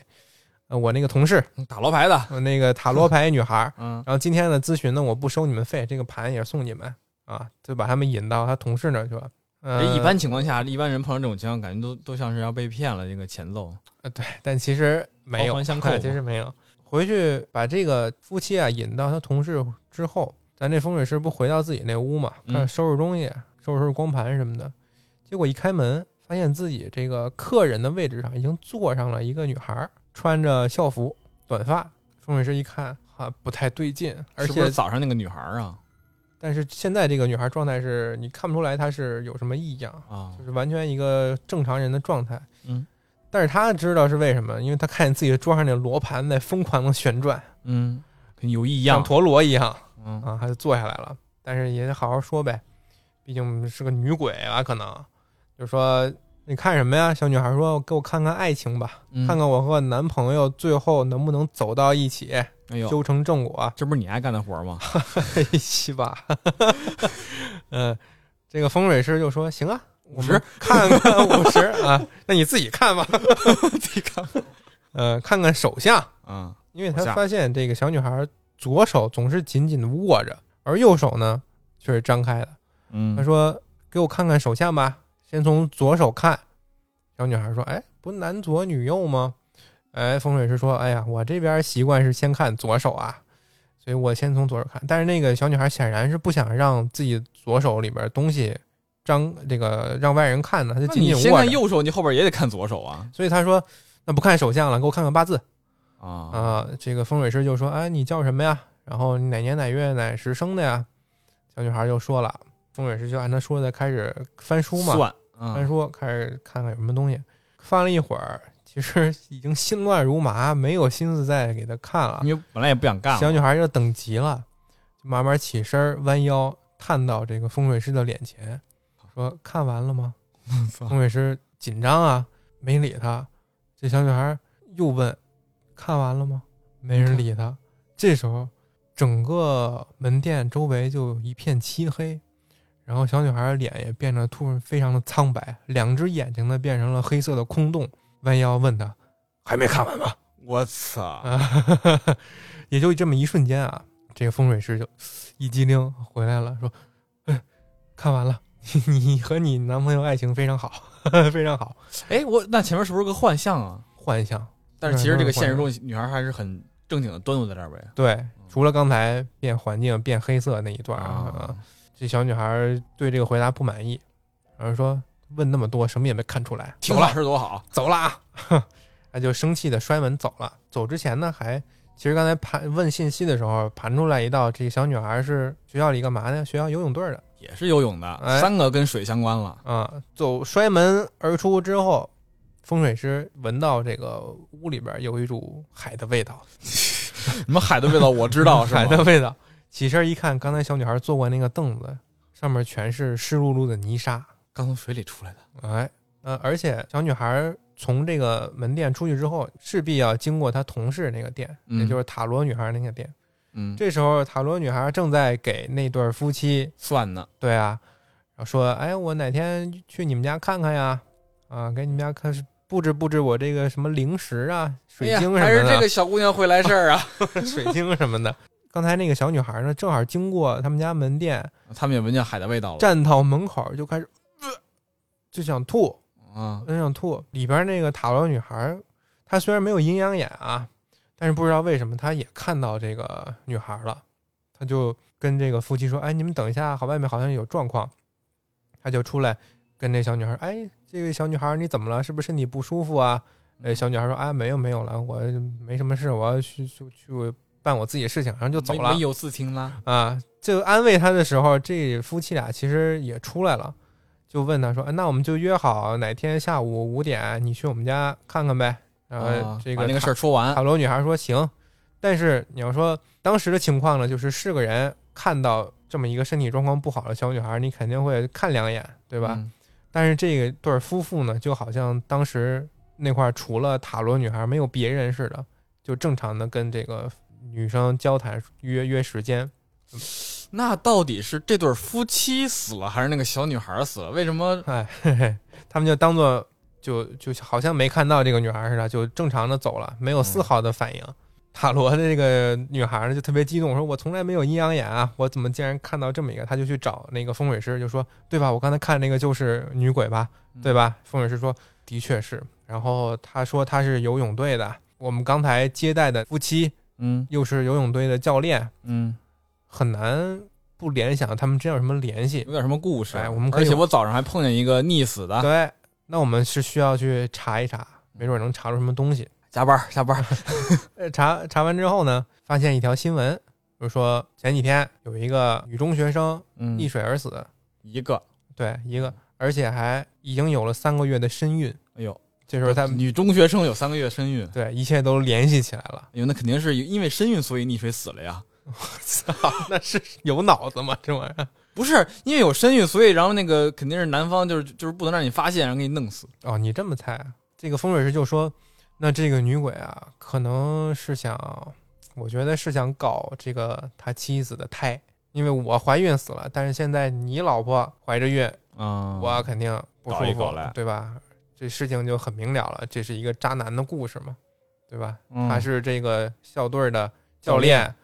S1: 呃我那个同事，
S2: 打罗牌的，
S1: 呃那个塔罗牌女孩儿。
S2: 嗯，
S1: 然后今天的咨询呢，我不收你们费，这个盘也送你们啊，就把他们引到他同事那儿去了。呃，
S2: 哎这一般情况下，一般人碰到这种情况，感觉都都像是要被骗了这个前奏。
S1: 呃，对，但其实没有，
S2: 环 相扣嘛
S1: 其实没有。回去把这个夫妻啊引到他同事之后，咱这风水师不回到自己那屋嘛，
S2: 嗯
S1: 看收拾东西，收拾收拾光盘什么的。结果一开门，发现自己这个客人的位置上已经坐上了一个女孩儿，穿着校服，短发。风水师一看，啊，不太对劲，而
S2: 是不
S1: 且
S2: 是早上那个女孩儿啊
S1: 但是现在这个女孩状态是你看不出来她是有什么异样，
S2: 啊
S1: 就，是完全一个正常人的状态。
S2: 嗯
S1: 但是他知道是为什么，因为他看见自己桌上那罗盘在疯狂的旋转，
S2: 嗯，跟有异
S1: 像
S2: 样，
S1: 陀螺一样
S2: 嗯，
S1: 啊，他就坐下来了。但是也得好好说呗，毕竟是个女鬼吧，可能就说你看什么呀？小女孩说：“给我看看爱情吧，
S2: 嗯
S1: 看看我和男朋友最后能不能走到一起，
S2: 哎呦，
S1: 修成正果。
S2: 这不是你爱干的活儿吗？
S1: 嘿，西吧， 嗯，这个风水师就说：“行啊，我
S2: 50
S1: 们看看五十 啊，那你自己看吧，
S2: 自己看，
S1: 呃，看看手相。”
S2: 嗯，
S1: 因为
S2: 往
S1: 他
S2: 下
S1: 发现这个小女孩左手总是紧紧的握着，而右手呢却是张开的。
S2: 嗯，
S1: 他说：“给我看看手相吧，先从左手看。”小女孩说：“哎，不男左女右吗？”哎，风水师说：“哎呀，我这边习惯是先看左手啊，所以我先从左手看。”但是那个小女孩显然是不想让自己左手里边东西张这个让外人看呢，她就
S2: 那
S1: 紧
S2: 你
S1: 紧
S2: 先
S1: 握
S2: 看
S1: 着。
S2: 右手，你后边也得看左手啊
S1: 所以他说：“那不看手相了，给我看看八字。”
S2: 啊，
S1: 啊，这个风水师就说：“哎，你叫什么呀？然后你哪年哪月哪时生的呀？”小女孩就说了，风水师就按她说的开始翻书嘛，
S2: 算，
S1: 翻
S2: 嗯，
S1: 书开始看看有什么东西。翻了一会儿，其实已经心乱如麻，没有心思再给她看了。
S2: 你本来也不想干，
S1: 小女，孩就等急了，就慢慢起身弯腰探到这个风水师的脸前，说：“看完了吗？” 风水师紧张啊，没理他。这小女孩又问：“看完了吗？”没人理他。这时候，整个门店周围就一片漆黑，然后小女孩的脸也变得突然非常的苍白，两只眼睛呢变成了黑色的空洞。弯腰问他：“还没看完吗？”
S2: 我操，
S1: 啊，也就这么一瞬间啊，这个风水师就一激灵回来了，说：“哎，看完了， 你你和你男朋友爱情非常好， 非常好，
S2: 哎，我那前面是不是个幻象啊？
S1: 幻想。
S2: 但是其实这个现实中女孩还是很正经的端坐在这儿呗，”
S1: 对，除了刚才变环境变黑色那一段啊，
S2: 啊
S1: 这小女孩对这个回答不满意，然后说：“问那么多，什么也没看出来，
S2: 挺
S1: 走了
S2: 老，实多好，
S1: 走了啊！” 她就生气的摔门走了。走之前呢，还其实刚才盘问信息的时候盘出来一道，这个小女孩是学校里干嘛呢？学校游泳队的。
S2: 也是游泳的，
S1: 哎
S2: 三个跟水相关了，
S1: 啊，走摔门而出之后，风水师闻到这个屋里边有一股海的味道，
S2: 你们海的味道我知道，是吗
S1: 海的味道。起身一看，刚才小女孩坐过那个凳子，上面全是湿漉漉的泥沙。
S2: 刚从水里出来的，
S1: 哎，呃，而且小女孩从这个门店出去之后，势必要经过她同事那个店，
S2: 嗯
S1: 也就是塔罗女孩那个店。
S2: 嗯，
S1: 这时候，塔罗女孩正在给那对夫妻，
S2: 蒜呢？
S1: 对啊，然后说：“哎，我哪天去你们家看看呀？啊，给你们家看是布置布置我这个什么零食啊、水晶什么的。
S2: 哎还是这个小姑娘会来事儿 啊？
S1: 水晶什么的。刚才那个小女孩呢，正好经过他们家门店，
S2: 他们也闻见海的味道了
S1: 站到门口就开始，呃就想吐，
S2: 啊！
S1: 就想吐。里边那个塔罗女孩，她虽然没有阴阳眼啊，但是不知道为什么她也看到这个女孩了，她就跟这个夫妻说：“哎，你们等一下，好，外面好像有状况。”她就出来跟这小女孩：“哎，这个小女孩你怎么了？是不是身体不舒服啊？”哎，小女孩说：“啊、没有没有了，我没什么事，我要去去去办我自己的事情，然后就走了。
S2: 没”有自听啦。
S1: 啊，就安慰他的时候，这夫妻俩其实也出来了，就问他说：“啊、那我们就约好哪天下午五点，你去我们家看看呗。”然后
S2: 啊
S1: 哎这
S2: 把
S1: 个
S2: 那个事
S1: 塔
S2: 儿说完
S1: 塔罗女孩说：“行。”但是你要说当时的情况呢，就是是个人看到这么一个身体状况不好的小女孩，你肯定会看两眼，对
S2: 对
S1: 吧？？但是这个对儿夫妇呢，就好像当时那块儿除了塔罗女孩没有别人似的，就正常的跟这个女生交谈约约时间。
S2: 那到底是这对夫妻死了，还是那个小女孩死了？为什么？
S1: 哎，嘿嘿，他们就当做就就好像没看到这个女孩似的，就正常的走了，没有丝毫的反应。塔罗的这个女孩呢，就特别激动，说：“我从来没有阴阳眼啊，我怎么竟然看到这么一个？”她就去找那个风水师，就说：“对吧？我刚才看那个就是女鬼吧，对吧？”风水师说：“的确是。”然后他说：“他是游泳队的，我们刚才接待的夫妻
S2: 嗯
S1: 又是游泳队的教练，
S2: 嗯，
S1: 很难不联想他们之间有什么联系。
S2: 有点什么故事？啊
S1: 哎我们可以
S2: 而且我早上还碰见一个溺死的，
S1: 对，那我们是需要去查一查，没准能查出什么东西。
S2: 加班儿加 班儿。
S1: 呃，查查完之后呢，发现一条新闻，就说前几天有一个女中学生
S2: 嗯
S1: 溺水而死，
S2: 一个，
S1: 对，一个，而且还已经有了三个月的身孕。
S2: 哎呦，
S1: 这时候他们
S2: 女中学生有三个月身孕，
S1: 对一切都联系起来了。
S2: 哎呦，那肯定是因为身孕所以溺水死了呀。
S1: 操，那是有脑子吗？这玩意儿？
S2: 不是因为有身孕，所以然后那个肯定是男方就是就是不能让你发现，然后给你弄死。
S1: 哦，你这么猜啊？这个风水师就说，那这个女鬼啊，可能是想，我觉得是想搞这个他妻子的胎，因为我怀孕死了，但是现在你老婆怀着孕，
S2: 啊
S1: 我肯定不舒
S2: 搞一
S1: 服
S2: 搞来，
S1: 对吧？这事情就很明了了，这是一个渣男的故事嘛，对吧？
S2: 嗯
S1: 他是这个校队的
S2: 教
S1: 教
S2: 练
S1: 练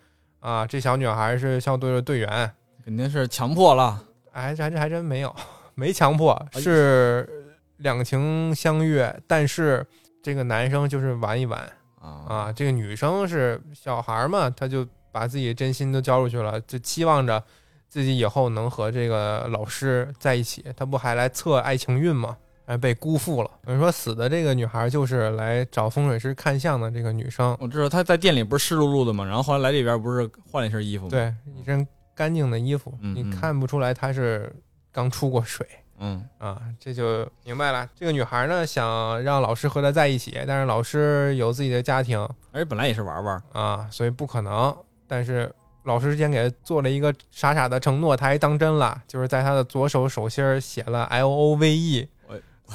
S1: 啊，这小女孩是校队的队员，
S2: 肯定是强迫了。
S1: 哎，这还这还真没有， 没强迫，
S2: 哎
S1: 是两情相悦，但是这个男生就是玩一玩
S2: 啊
S1: 啊，这个女生是小孩儿嘛，她就把自己真心都交出去了，就期望着自己以后能和这个老师在一起，她不还来测爱情运吗？哎，被辜负了。有人说死的这个女孩就是来找风水师看相的这个女生，
S2: 我知道他在店里不是湿漉漉的嘛，然后后来来这边不是换了一身衣服吗？，
S1: 对，一身干净的衣服，
S2: 嗯
S1: 你
S2: 嗯
S1: 看不出来她是刚出过水。
S2: 嗯，
S1: 啊，这就明白了。这个女孩呢，想让老师和她在一起，但是老师有自己的家庭
S2: 而且本来也是玩玩儿，
S1: 啊，所以不可能。但是老师之前给她做了一个傻傻的承诺，她还当真了，就是在她的左手手心儿写了 L O V E
S2: 我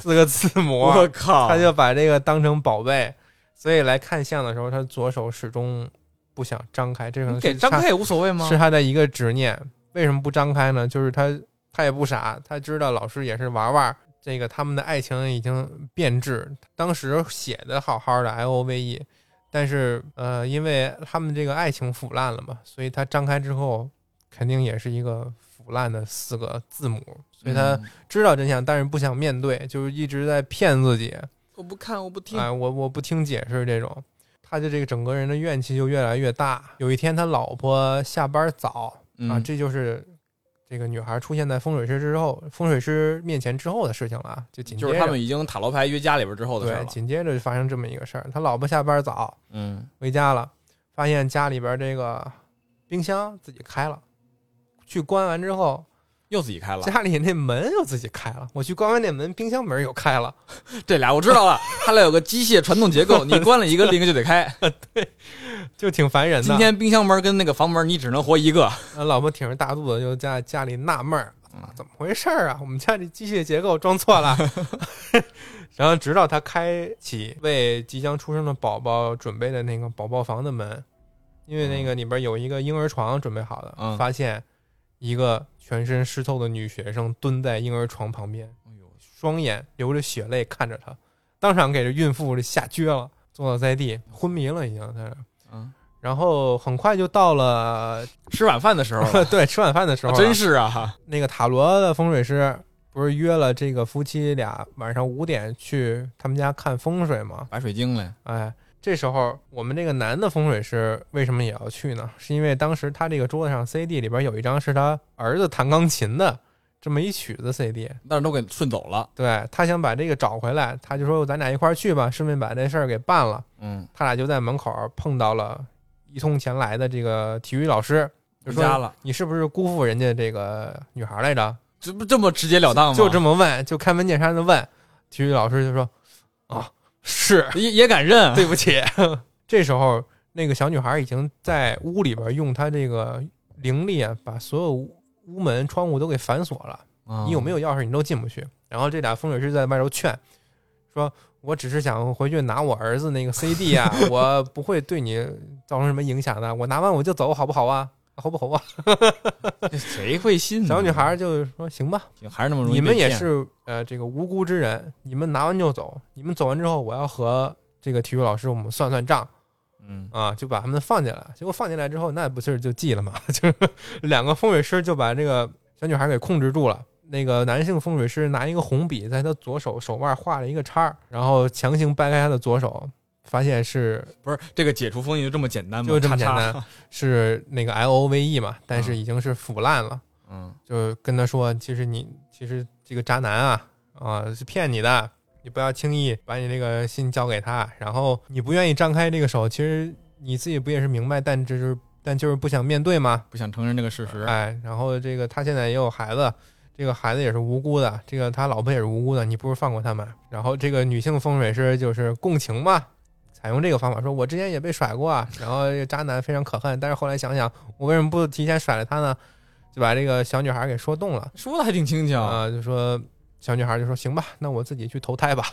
S1: 四个字 母，
S2: 靠
S1: 她就把这个当成宝贝。所以来看相的时候，她左手始终不想张开，这可能
S2: 你
S1: 是
S2: 给张
S1: 她
S2: 开也无所谓吗？
S1: 是他的一个执念。为什么不张开呢？就是他他也不傻，他知道老师也是玩玩儿。这个他们的爱情已经变质，当时写的好好的 L O V E，但是呃，因为他们这个爱情腐烂了嘛，所以他张开之后肯定也是一个腐烂的四个字母，所以他
S2: 嗯
S1: 知道真相，但是不想面对，就是一直在骗自己。
S2: 我不看，我不听。
S1: 哎，我我不听解释这种，他的这个整个人的怨气就越来越大。有一天，他老婆下班早啊，
S2: 嗯
S1: 这就是这个女孩出现在风水师之后，风水师面前之后的事情了啊，就紧接
S2: 就是
S1: 着
S2: 他们已经塔罗牌约家里边之后的事儿
S1: 对，
S2: 了。
S1: 紧接着就发生这么一个事儿。他老婆下班早
S2: 嗯，
S1: 回家了，发现家里边这个冰箱自己开了，去关完之后，
S2: 又自己开了。
S1: 家里那门又自己开了，我去关完那门，冰箱门又开了。
S2: 这俩我知道 了，他俩有个机械传动结构，你关了一个，另一个就得开。
S1: 就挺烦人的。
S2: 今天冰箱门跟那个房门，你只能活一个。
S1: 呃老婆挺着大肚子就在家里纳闷儿、
S2: 嗯
S1: 啊，怎么回事儿啊？我们家这机械结构装错 了。 然后直到她开启为即将出生的宝宝准备的那个宝宝房的门，因为那个里边有一个婴儿床准备好的，
S2: 嗯
S1: 发现一个全身湿透的女学生蹲在婴儿床旁边，
S2: 哎呦，
S1: 双眼流着血泪看着她，当场给这孕妇这吓撅了，坐倒在地昏迷了已经在那儿。
S2: 嗯，
S1: 然后很快就到了
S2: 吃晚饭的时候 了
S1: 对，吃晚饭的时候了，
S2: 真是啊，
S1: 那个塔罗的风水师不是约了这个夫妻俩晚上五点去他们家看风水吗？
S2: 白水晶嘞，
S1: 哎，这时候我们这个男的风水师为什么也要去呢？是因为当时他这个桌子上 CD 里边有一张是他儿子弹钢琴的这么一曲子 CD，
S2: 但是都给顺走了。
S1: 对他想把这个找回来，他就说咱俩一块儿去吧，顺便把这事儿给办了。
S2: 嗯，
S1: 他俩就在门口碰到了一通前来的这个体育老师，就
S2: 回
S1: 说
S2: 家了，
S1: 你是不是辜负人家这个女孩来着？
S2: 这不这么直截了当吗？
S1: 就这么问，就开门见山的问。体育老师就说：“啊，是
S2: 也也敢认？
S1: 对不起。” 这时候，那个小女孩已经在屋里边用她这个灵力啊，把所有屋屋门、窗户都给反锁了。
S2: 啊
S1: 你有没有钥匙，你都进不去。然后这俩风水师在外头劝，说：“我只是想回去拿我儿子那个 CD 啊，我不会对你造成什么影响的。我拿完我就走，好不好啊？好不好啊
S2: 这谁会信？”呢？
S1: 小女孩就说：“行吧。”
S2: 还是那么嗯容易
S1: 你
S2: 被
S1: 们也
S2: 骗
S1: 是呃这个无辜之人，你们拿完就走，你们走完之后，我要和这个体育老师我们算算账
S2: 嗯，
S1: 啊，就把他们放进来。结果放进来之后，那不是就记了吗？ 就是两个风水师就把这个小女孩给控制住了。那个男性风水师拿一个红笔在她左手手腕画了一个叉儿，然后强行掰开她的左手，发现是
S2: 不是这个解除封印就这么简单吗？
S1: 就这么简
S2: 叉叉
S1: 单，是那个 L O V E 嘛，但是已经是腐烂了。
S2: 嗯，
S1: 就跟他说，其实你其实这个渣男啊啊是骗你的，你不要轻易把你这个心交给他。然后你不愿意张开这个手，其实你自己不也是明白，但这就是但就是不想面对吗？
S2: 不想承认这个事实。
S1: 哎，然后这个他现在也有孩子，这个孩子也是无辜的，这个他老婆也是无辜的，你不如放过他们。然后这个女性风水师就是共情嘛，采用这个方法，说我之前也被甩过啊，然后这个渣男非常可恨，但是后来想想，我为什么不提前甩了他呢？就把这个小女孩给说动了。
S2: 说的还挺轻巧，
S1: 啊、就说小女孩就说行吧，那我自己去投胎吧，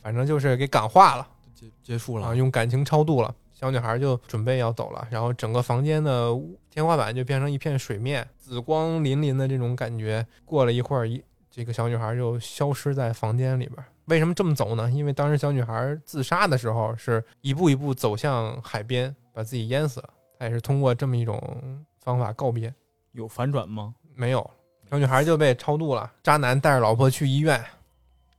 S1: 反正就是给感化了
S2: 结结束了
S1: 啊，。用感情超度了。小女孩就准备要走了，然后整个房间的屋天花板就变成一片水面，紫光粼粼的这种感觉。过了一会儿，一这个小女孩就消失在房间里边儿。为什么这么走呢？因为当时小女孩自杀的时候是一步一步走向海边，把自己淹死了。她也是通过这么一种方法告别。
S2: 有反转吗？
S1: 没有，小女孩就被超度了。渣男带着老婆去医院，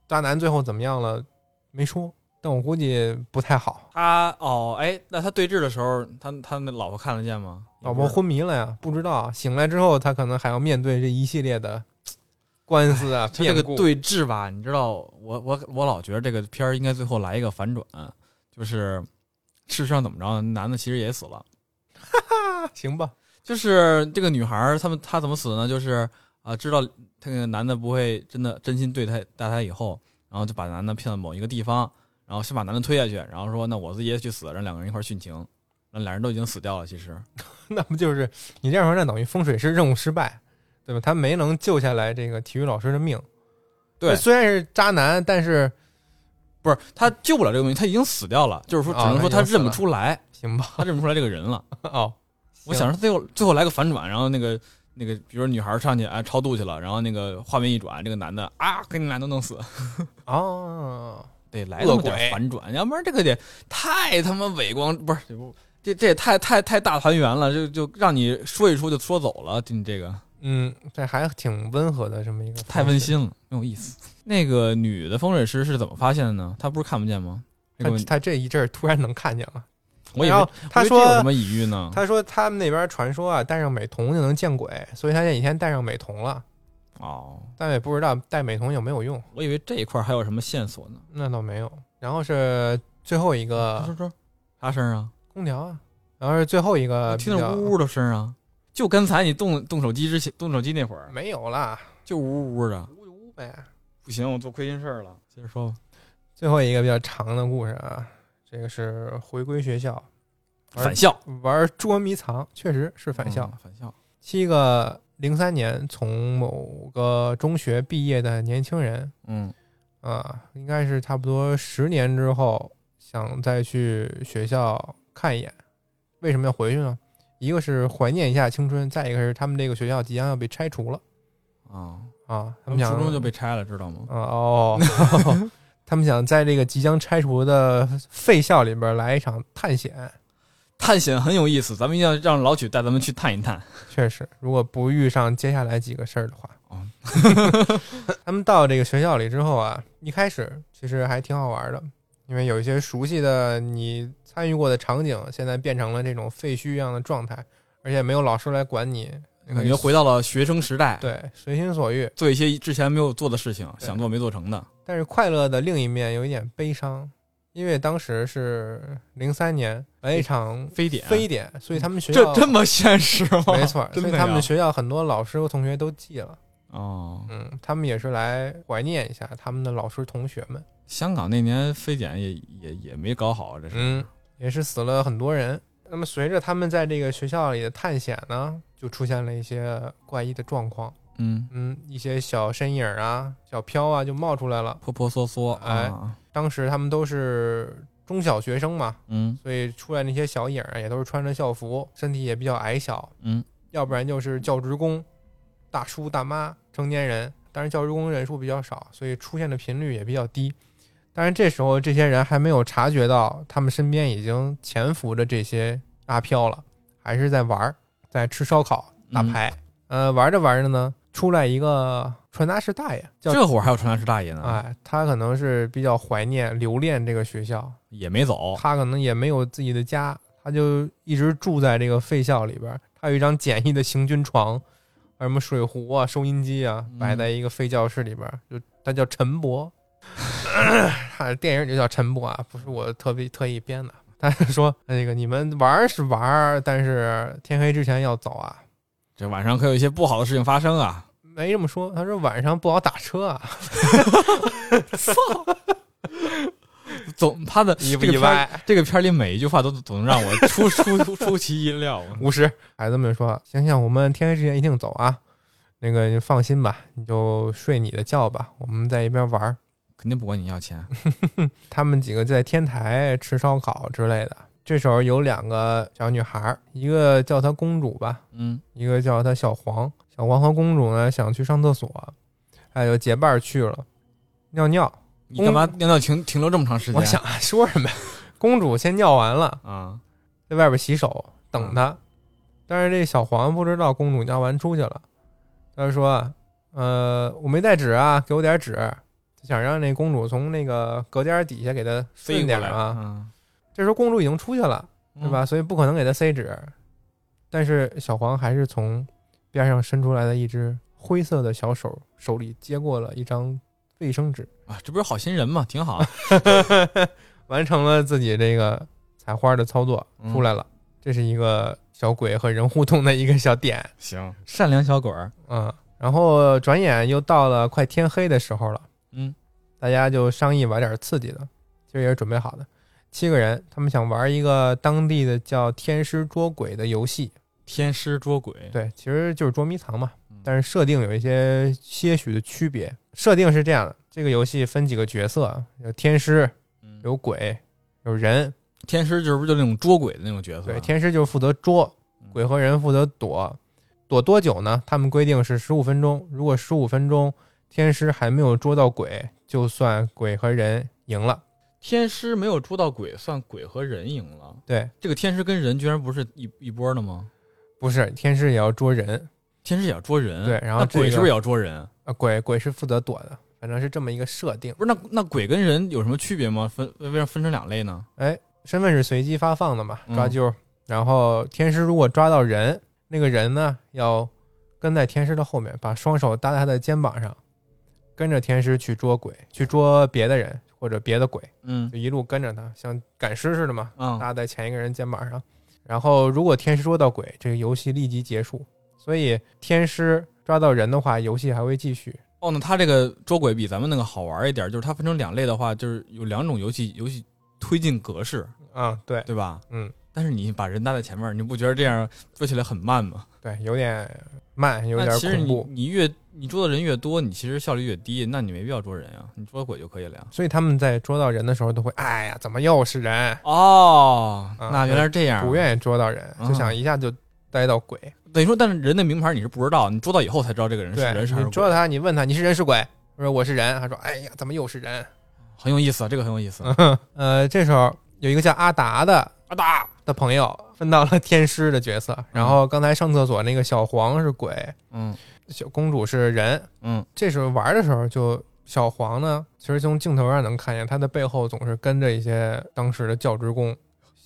S1: 渣男最后怎么样了？没说，但我估计不太好。
S2: 他哦，哎，那他对峙的时候，他他那老婆看得见吗？
S1: 老婆昏迷了呀，不知道。醒来之后，他可能还要面对这一系列的嘖官司啊、
S2: 他这个
S1: 变故。
S2: 对峙吧，你知道，我我我老觉得这个片儿应该最后来一个反转，就是事实上怎么着，男的其实也死了，
S1: 啊行吧，
S2: 就是这个女孩儿，他们她怎么死的呢？就是啊、知道这个男的不会真的真心对待待她以后，然后就把男的骗到某一个地方，然后先把男的推下去，然后说那我自己也去死，让两个人一块儿殉情，那俩人都已经死掉了，其实
S1: 那不就是你这样说，那等于风水师任务失败，对吧？他没能救下来这个体育老师的命。
S2: 对
S1: 虽然是渣男，但是
S2: 不是他救不了这个东西，他已经死掉了，就是说只
S1: 哦
S2: 能说他
S1: 他已经死
S2: 认不出来，
S1: 行吧。
S2: 他认不出来这个人了。
S1: 哦，
S2: 我想着最后最后来个反转，然后那个那个，比如说女孩上去啊超度去了，然后那个画面一转，这个男的啊给你俩都弄死，
S1: 哦，
S2: 得来那么
S1: 恶
S2: 点
S1: 鬼
S2: 反转，要不然这个得太他妈伪光不是这不这这也太太太大团圆了，就就让你说一说就说走了，你这个
S1: 嗯，这还挺温和的这么一个，
S2: 太温。馨了，没有意思。那个女的风水师是怎么发现的呢？她不是看不见吗？那
S1: 他
S2: 个
S1: 他这一阵儿突然能看见了。
S2: 我以
S1: 然
S2: 为
S1: 后他
S2: 我以为这有
S1: 说
S2: 什么隐喻呢？
S1: 他说他们那边传说啊，戴上美瞳就能见鬼，所以他这几天戴上美瞳了，
S2: 哦，
S1: 但也不知道戴美瞳有没有用，
S2: 我以为这一块还有什么线索呢。
S1: 那倒没有。然后是最后一
S2: 说
S1: 个
S2: 说啥声啊？
S1: 空调啊，然后是最后一个
S2: 我
S1: 比
S2: 听着
S1: 较
S2: 呜呜的声啊。就刚才你动动手机之前，动手机那会儿
S1: 没有啦，
S2: 就呜呜的，
S1: 无就无呗。
S2: 不行，我做亏心事儿了。接着说吧，
S1: 最后一个比较长的故事啊，这个是回归学校玩
S2: 返校，
S1: 玩捉迷藏，确实是返校。
S2: 嗯，返校，
S1: 七个零三年从某个中学毕业的年轻人
S2: 嗯
S1: 啊，应该是差不多十年之后想再去学校看一眼。为什么要回去呢？一个是怀念一下青春，再一个是他们这个学校即将要被拆除了
S2: 啊，
S1: 啊，他
S2: 他
S1: 们
S2: 们
S1: 想
S2: 初中就被拆了，知道吗？
S1: 啊哦， 他们想在这个即将拆除的废校里边来一场探险。
S2: 探险很有意思，咱们一定要让老曲带咱们去探一探。
S1: 确实，如果不遇上接下来几个事儿的话，
S2: 哦
S1: 他们到这个学校里之后啊，一开始其实还挺好玩的，因为有一些熟悉的你参与过的场景，现在变成了这种废墟一样的状态，而且没有老师来管你，
S2: 感觉回到了学生时代，
S1: 对随心所欲。
S2: 做一些之前没有做的事情，
S1: 对
S2: 想做没做成的。
S1: 但是快乐的另一面有一点悲伤，因为当时是零三年来一场
S2: 哎非典，啊
S1: 非典，所以他们学校
S2: 这这么现实吗？
S1: 没错，
S2: 真
S1: 所
S2: 的
S1: 以
S2: 呀
S1: 他们学校很多老师和同学都记了。
S2: 哦，
S1: 嗯，他们也是来怀念一下他们的老师同学们。
S2: 香港那年非典也也也没搞好，啊这是。
S1: 嗯，也是死了很多人。那么随着他们在这个学校里的探险呢，就出现了一些怪异的状况。
S2: 嗯，
S1: 嗯，一些小身影啊、小飘啊就冒出来了。
S2: 婆婆娑娑，
S1: 哎
S2: 啊，
S1: 当时他们都是中小学生嘛，
S2: 嗯
S1: 所以出来那些小影儿啊也都是穿着校服，身体也比较矮小，
S2: 嗯，
S1: 要不然就是教职工、大叔大妈、成年人，但是教职工人数比较少，所以出现的频率也比较低。当然，这时候这些人还没有察觉到他们身边已经潜伏着这些阿飘了，还是在玩儿，在吃烧烤、打牌。呃，玩着玩着呢，出来一个传达室大爷，叫
S2: 这会儿还有传达室大爷呢，
S1: 哎，他可能是比较怀念、留恋这个学校，
S2: 也没走，
S1: 他可能也没有自己的家，他就一直住在这个废校里边儿。他有一张简易的行军床，还有什么水壶啊、收音机啊，
S2: 嗯
S1: 摆在一个废教室里边儿。就他叫陈博， 他电影就叫陈博啊，不是我特别特意编的。他是说那个你们玩儿是玩儿，但是天黑之前要走啊。
S2: 这晚上可有一些不好的事情发生啊。
S1: 没这么说，他说晚上不好打车啊，
S2: 总他的
S1: 意
S2: 这
S1: 不
S2: 个
S1: 意
S2: 片儿
S1: 外？
S2: 这个片儿里每一句话都总能让我出出出出其意料。啊
S1: 五十。孩子们说：“行行，我们天黑之前一定走啊，那个你放心吧，你就睡你的觉吧，我们在一边玩。”儿。
S2: 肯定不管你要钱，
S1: 他们几个在天台吃烧烤之类的。这时候有两个小女孩儿，一个叫她公主吧，
S2: 嗯，
S1: 一个叫她小黄。小黄和公主呢想去上厕所，哎呦，结伴儿去了尿尿。
S2: 你干嘛尿尿停停留这么长时间？
S1: 我想啊说什么呀？公主先尿完了，
S2: 啊，
S1: 在外边洗手等
S2: 嗯
S1: 他。但是这小黄不知道公主尿完出去了，他就说：“啊呃，我没带纸啊，给我点纸。”想让那公主从那个隔间底下给她
S2: 飞
S1: 顺
S2: 过
S1: 点
S2: 来嗯
S1: 儿啊。
S2: 啊，
S1: 这时候公主已经出去了，对吧？所以不可能给她塞纸。但是小黄还是从边上伸出来的一只灰色的小手，手里接过了一张卫生纸，
S2: 嗯？啊，这不是好心人吗？挺好。
S1: 完成了自己这个采花的操作，
S2: 嗯
S1: 出来了。这是一个小鬼和人互动的一个小点，
S2: 行，善良小狗儿，
S1: 嗯。然后转眼又到了快天黑的时候了，
S2: 嗯，
S1: 大家就商议玩点刺激的，其实也是准备好的。七个人，他们想玩一个当地的叫“天师捉鬼”的游戏，
S2: 天师捉鬼，
S1: 对，其实就是捉迷藏嘛
S2: 嗯，
S1: 但是设定有一些些许的区别。设定是这样的，这个游戏分几个角色，有天师，
S2: 嗯
S1: 有鬼，有人，
S2: 天师就是不是就那种捉鬼的那种角色？啊
S1: 对，天师就是负责捉，鬼和人负责躲。躲多久呢？他们规定是十五分钟。如果十五分钟天师还没有捉到鬼，就算鬼和人赢了。
S2: 天师没有捉到鬼，算鬼和人赢了。
S1: 对，
S2: 这个天师跟人居然不是一一波的吗？
S1: 不是天师也要捉人，
S2: 天师也要捉人，
S1: 对然后
S2: 那
S1: 这个
S2: 鬼是不是也要捉人？
S1: 啊，鬼鬼是负责躲的，反正是这么一个设定。
S2: 不是，那那鬼跟人有什么区别吗？分为什么分成两类呢？
S1: 哎，身份是随机发放的嘛，
S2: 嗯
S1: 抓阄。然后天师如果抓到人，那个人呢要跟在天师的后面，把双手搭在他的肩膀上，跟着天师去捉鬼，去捉别的人或者别的鬼，
S2: 嗯
S1: 就一路跟着他，像赶尸似的嘛，
S2: 嗯
S1: 搭在前一个人肩膀上。然后如果天师捉到鬼，这个游戏立即结束。所以天师抓到人的话，游戏还会继续。
S2: 哦，那它这个捉鬼比咱们那个好玩一点，就是它分成两类的话，就是有两种游戏游戏推进格式，
S1: 嗯，对
S2: 对吧？
S1: 嗯。
S2: 但是你把人搭在前面，你不觉得这样做起来很慢吗？
S1: 对，有点慢，有
S2: 那
S1: 点
S2: 其实
S1: 恐
S2: 你
S1: 怖。
S2: 你越你捉的人越多，你其实效率越低，那你没必要捉人啊，你捉鬼就可以了呀。
S1: 所以他们在捉到人的时候都会，哎呀，怎么又是
S2: 啊
S1: 人？
S2: 哦，
S1: 啊
S2: 那原来是这样。
S1: 不愿意捉到人，
S2: 啊
S1: 就想一下就逮到鬼。
S2: 等于说，但是人的名牌你是不知道，你捉到以后才知道这个人是
S1: 对，
S2: 人是还是
S1: 你捉
S2: 鬼
S1: 到，他，你问他你是人是鬼？他说我是人。他说，哎呀，怎么又是人？
S2: 很有意思，啊，这个很有意思。
S1: 呃，这时候有一个叫阿达的阿达嗯的朋友分到了天师的角色，然后刚才上厕所那个小黄是鬼，
S2: 嗯
S1: 小公主是人。
S2: 嗯，
S1: 这时候玩的时候就。小黄呢，其实从镜头上能看见，他的背后总是跟着一些当时的教职 工，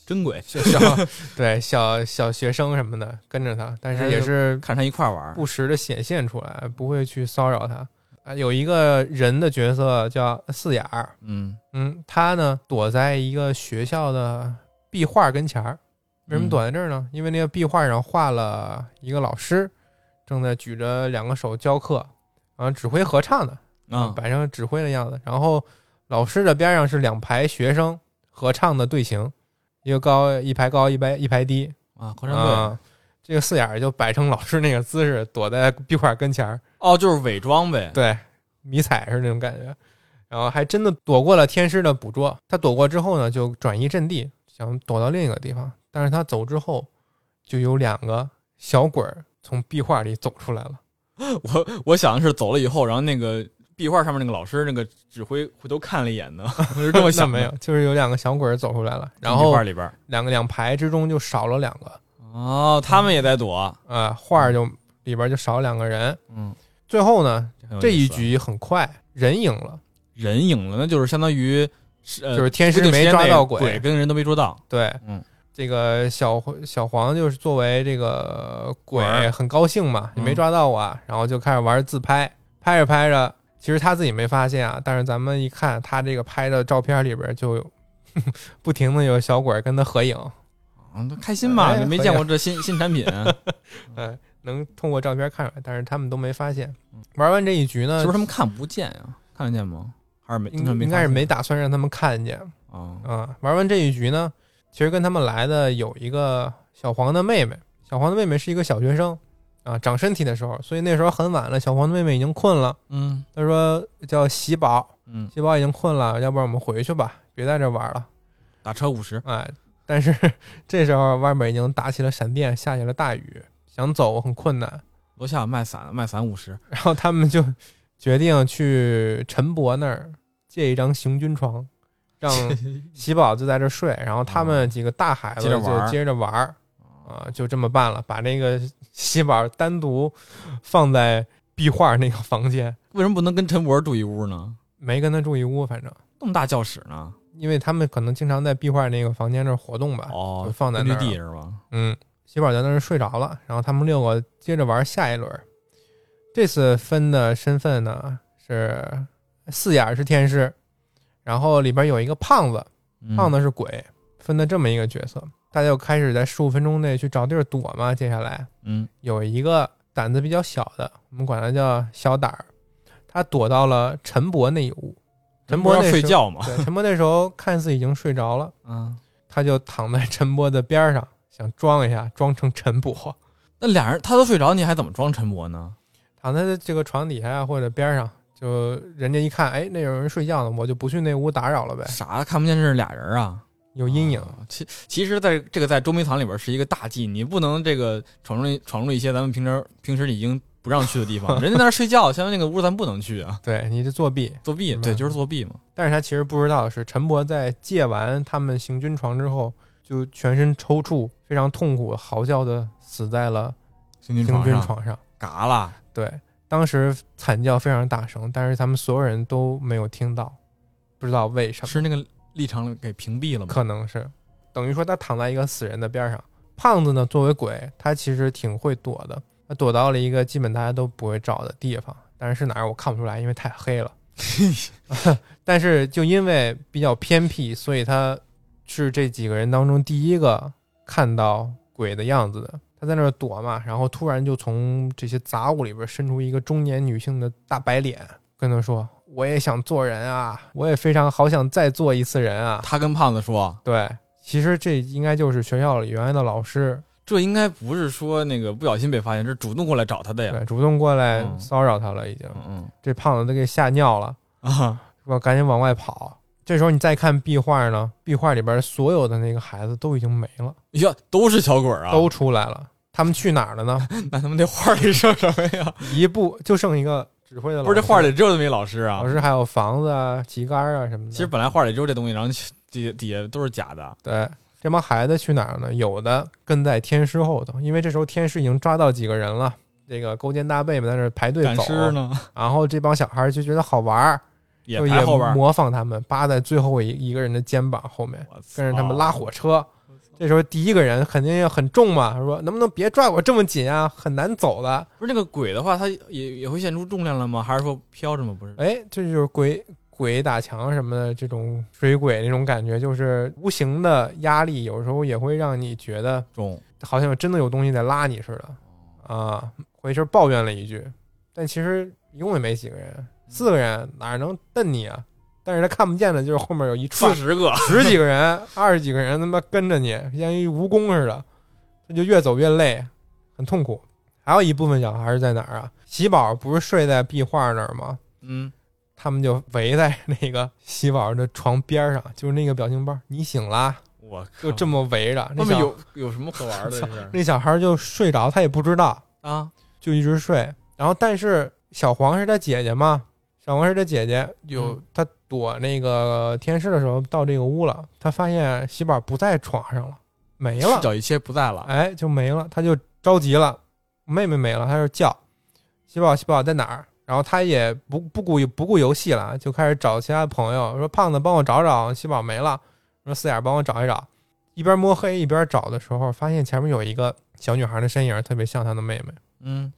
S2: 真鬼
S1: 小小对小小学生什么的跟着他，但是也是
S2: 看上一块儿玩儿，
S1: 不时的显现出来，不会去骚扰他。啊，有一个人的角色叫四眼儿，
S2: 嗯，
S1: 嗯，他呢躲在一个学校的壁画跟前儿。为什么
S2: 嗯
S1: 躲在这儿呢？因为那个壁画上画了一个老师，正在举着两个手教课，啊，指挥合唱的，
S2: 啊，
S1: 摆成指挥的样子。然后老师的边上是两排学生合唱的队形，一个高一排高一排一排低，
S2: 啊，合唱队、
S1: 啊，这个四眼儿就摆成老师那个姿势，躲在壁画跟前儿，
S2: 哦，就是伪装呗。
S1: 对，迷彩是那种感觉。然后还真的躲过了天师的捕捉。他躲过之后呢，就转移阵地，想躲到另一个地方。但是他走之后，就有两个小鬼儿从壁画里走出来了。
S2: 我我想的是走了以后，然后那个壁画上面那个老师那个指挥回头看了一 眼呢，我是这么
S1: 那
S2: 想的。
S1: 没有，就是有两个小鬼儿走出来了，然
S2: 壁
S1: 后
S2: 画里边儿，
S1: 两个两排之中就少了两个，
S2: 哦，他们也在躲，
S1: 啊，画儿就里边就少了两个人。
S2: 嗯，
S1: 最后呢，
S2: 很有意
S1: 这一
S2: 思啊
S1: 局很快，人赢了，
S2: 人赢了，那就是相当于是呃，
S1: 就是天
S2: 固
S1: 师
S2: 定时
S1: 没
S2: 间
S1: 抓
S2: 内
S1: 到
S2: 鬼跟人都没捉到，
S1: 对，
S2: 嗯，
S1: 这个小小黄就是作为这个鬼
S2: 玩儿
S1: 很高兴嘛，你没
S2: 嗯
S1: 抓到我啊，然后就开始玩自拍，拍着拍着，其实他自己没发现啊，但是咱们一看他这个拍的照片里边就有 不停的有小鬼跟他合影，
S2: 啊，那开心嘛，
S1: 哎
S2: 你没
S1: 可以
S2: 见
S1: 啊
S2: 过这新新 产品，
S1: 嗯、能通过照片看出来，但是他们都没发现。玩完这一局呢
S2: 是不是，他们看不见呀？看得见吗？还是没？
S1: 应
S2: 他们
S1: 应该是
S2: 发现
S1: 没打算让他们看见啊、
S2: 啊。
S1: 玩完这一局呢，其实跟他们来的有一个小黄的妹妹，小黄的妹妹是一个小学生啊，长身体的时候，所以那时候很晚了，小黄的妹妹已经困了。
S2: 嗯
S1: 她说叫喜宝，
S2: 嗯，
S1: 喜宝已经困了，要不然我们回去吧，别在这玩了。
S2: 打车五十，
S1: 哎，但是 这时候外面已经打起了闪电，下起了大雨，想走很困难。
S2: 楼下卖伞卖伞五十，
S1: 然后他们就决定去陈伯那儿借一张行军床，让喜宝就在这儿睡。然后他们几个大孩子
S2: 嗯接着玩
S1: 就
S2: 儿嗯
S1: 接着玩儿，啊、就这么办了，把那个喜宝单独放在壁画那个房间，
S2: 为什么不能跟陈博住一屋呢？
S1: 没跟他住一屋，反正
S2: 那么大教室呢？
S1: 因为他们可能经常在壁画那个房间那儿活动吧。
S2: 哦
S1: 哎就，放在
S2: 根据
S1: 那儿
S2: 地
S1: 了
S2: 是吧？
S1: 嗯，喜宝在那儿睡着了，然后他们六个接着玩下一轮。这次分的身份呢是四眼儿是天师，然后里边有一个胖子，
S2: 嗯
S1: 胖子是鬼，分的这么一个角色。大家就开始在十五分钟内去找地儿躲嘛。接下来
S2: 嗯，
S1: 有一个胆子比较小的，我们管他叫小胆儿，他躲到了陈伯那一屋。陈伯
S2: 要
S1: 那时
S2: 睡觉嘛，
S1: 对，陈伯那时候看似已经睡着了，
S2: 嗯，
S1: 他就躺在陈伯的边儿上，想装一下，装成陈伯，
S2: 那俩人他都睡着，你还怎么装陈博呢？
S1: 躺在这个床底下呀或者边儿上，就人家一看，哎，那有人睡觉呢，我就不去那屋打扰了呗，
S2: 啥看不见这是俩人啊？
S1: 有阴影。
S2: 啊其其实，在这个在捉迷藏里边是一个大忌，你不能这个闯入一闯入一些咱们平时平时已经不让去的 地方。人家在那儿睡觉，相当于那个屋咱不能去啊，
S1: 对，你这作弊。
S2: 作弊，
S1: 嗯
S2: 对，就是作弊嘛。
S1: 但是他其实不知道的是，陈伯在借完他们行军床之后，就全身抽搐，非常痛苦，嚎叫的死在了
S2: 行军
S1: 行
S2: 床
S1: 军
S2: 上，
S1: 床上。
S2: 嘎啦，
S1: 对，当时惨叫非常大声，但是他们所有人都没有听到，不知道为什么。
S2: 是那个立场给屏蔽了吗？
S1: 可能是，等于说他躺在一个死人的边上。胖子呢，作为鬼，他其实挺会躲的，他躲到了一个基本大家都不会找的地方，但是是哪儿我看不出来，因为太黑了。但是就因为比较偏僻，所以他是这几个人当中第一个看到鬼的样子的。他在那儿躲嘛，然后突然就从这些杂物里边伸出一个中年女性的大白脸，跟他说：“我也想做人啊，我也非常好想再做一次人啊。
S2: 他跟胖子说”，
S1: 对，其实这应该就是学校里原来的老师，
S2: 这应该不是说那个不小心被发现，这是主动过来找他的呀。
S1: 对，主动过来
S2: 嗯
S1: 骚扰他了，已经。
S2: 嗯
S1: 这胖子都给吓尿了，
S2: 嗯啊，
S1: 说赶紧往外跑。这时候你再看壁画呢，壁画里边所有的那个孩子都已经没了，
S2: 哟，都是小鬼儿啊，
S1: 都出来了。他们去哪儿了呢？
S2: 那他们这画里剩什么 呀？
S1: 一步就剩一个指挥的老师，
S2: 不是这画里只有这么一老师啊
S1: 老。师还有房子啊、旗杆啊什么的。
S2: 其实本来画里只有这东西，然后底底下都是假的。
S1: 对，这帮孩子去哪儿了呢？有的跟在天师后头，因为这时候天师已经抓到几个人了，这个勾肩搭背嘛，在那儿排队
S2: 赶
S1: 走。
S2: 尸呢
S1: 然后这帮小孩儿就觉得好玩儿，
S2: 也
S1: 就
S2: 排
S1: 也
S2: 后边儿，
S1: 模仿他们，扒在最后一一个人的肩膀后面，
S2: 我操
S1: 跟着他们拉火车。这时候第一个人肯定很重嘛，说能不能别拽我这么紧啊，很难走的。
S2: 不是那个鬼的话，它也也会现出重量了吗？还是说飘着吗？不是，
S1: 哎，这就是鬼鬼打墙什么的这种水鬼那种感觉，就是无形的压力，有时候也会让你觉得
S2: 重
S1: 好像真的有东西在拉你似的啊。回身抱怨了一句，但其实一共也没几个人，四个人哪能瞪你啊？但是他看不见的，就是后面有一串
S2: 四十个，
S1: 十几个人、二十几个人，他妈跟着你，像一蜈蚣似的，他就越走越累，很痛苦。还有一部分小孩是在哪儿啊？喜宝不是睡在壁画那儿吗？
S2: 嗯，
S1: 他们就围在那个喜宝的床边上，就是那个表情包，你醒啦，
S2: 我靠
S1: 就这么围着。那
S2: 后面
S1: 小
S2: 有有什么 可玩的这是？
S1: 那小孩就睡着，他也不知道，
S2: 啊，
S1: 就一直睡。然后，但是小黄是他姐姐嘛，小黄是他姐姐，有
S2: 嗯
S1: 他躲那个天师的时候到这个屋了，他发现喜宝不在床上了，没了
S2: 视，角一切不在了，
S1: 哎，就没了，他就着急了，妹妹没了，他就叫喜宝，喜宝在哪儿？然后他也不不顾不顾游戏了，就开始找其他朋友，说胖子帮我找找，喜宝没了，说四眼帮我找一找。一边摸黑一边找的时候，发现前面有一个小女孩的身影，特别像她的妹妹，
S2: 嗯，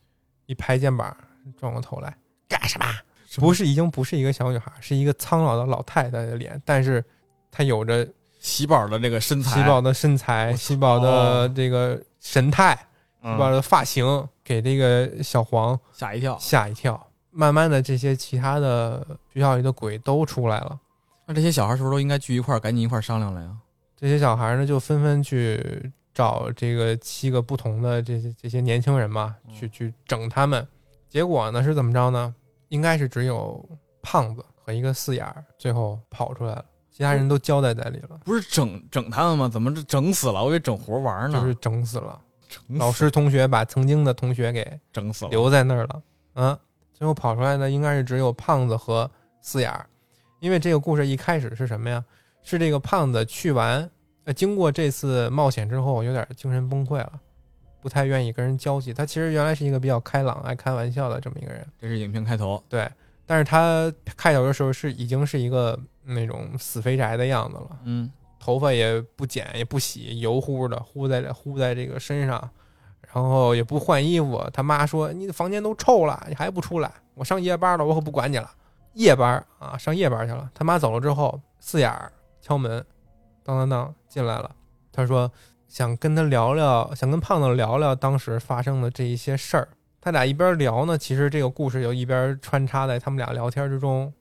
S1: 一拍肩膀，转过头来干什么？
S2: 什么
S1: 不是，已经不是一个小女孩，是一个苍老的老太太的脸，但是她有着
S2: 喜宝的这个身材，
S1: 喜宝的身材，
S2: 我哦
S1: 喜宝的这个神态，
S2: 嗯
S1: 把这发型给这个小黄
S2: 吓一跳。
S1: 吓一跳。慢慢的，这些其他的学校里的鬼都出来了。
S2: 那这些小孩是不是都应该聚一块儿，赶紧一块儿商量了呀？
S1: 这些小孩呢，就纷纷去找这个七个不同的这些这些年轻人嘛，
S2: 嗯
S1: 去去整他们。结果呢是怎么着呢？应该是只有胖子和一个四眼儿最后跑出来了，其他人都交代在里了，
S2: 不是整整他们吗？怎么这整死了？我以为整活玩儿呢。
S1: 就是整死了。
S2: 嗯整
S1: 老师、同学把曾经的同学给
S2: 整死了，
S1: 留在那儿了。嗯，最后跑出来的应该是只有胖子和四眼儿，因为这个故事一开始是什么呀？是这个胖子去完，呃，经过这次冒险之后，有点精神崩溃了，不太愿意跟人交际。他其实原来是一个比较开朗、爱开玩笑的这么一个人，
S2: 这是影片开头。
S1: 对。但是他开头的时候是已经是一个那种死肥宅的样子了，
S2: 嗯，
S1: 头发也不剪也不洗，油乎的糊在糊在这个身上，然后也不换衣服。他妈说：“你的房间都臭了，你还不出来？我上夜班了，我可不管你了。”夜班啊，上夜班去了。他妈走了之后，四眼儿敲门，当当当进来了。他说想跟他聊聊，想跟胖子聊聊当时发生的这一些事儿。他俩一边聊呢，其实这个故事就一边穿插在他们俩聊天之中，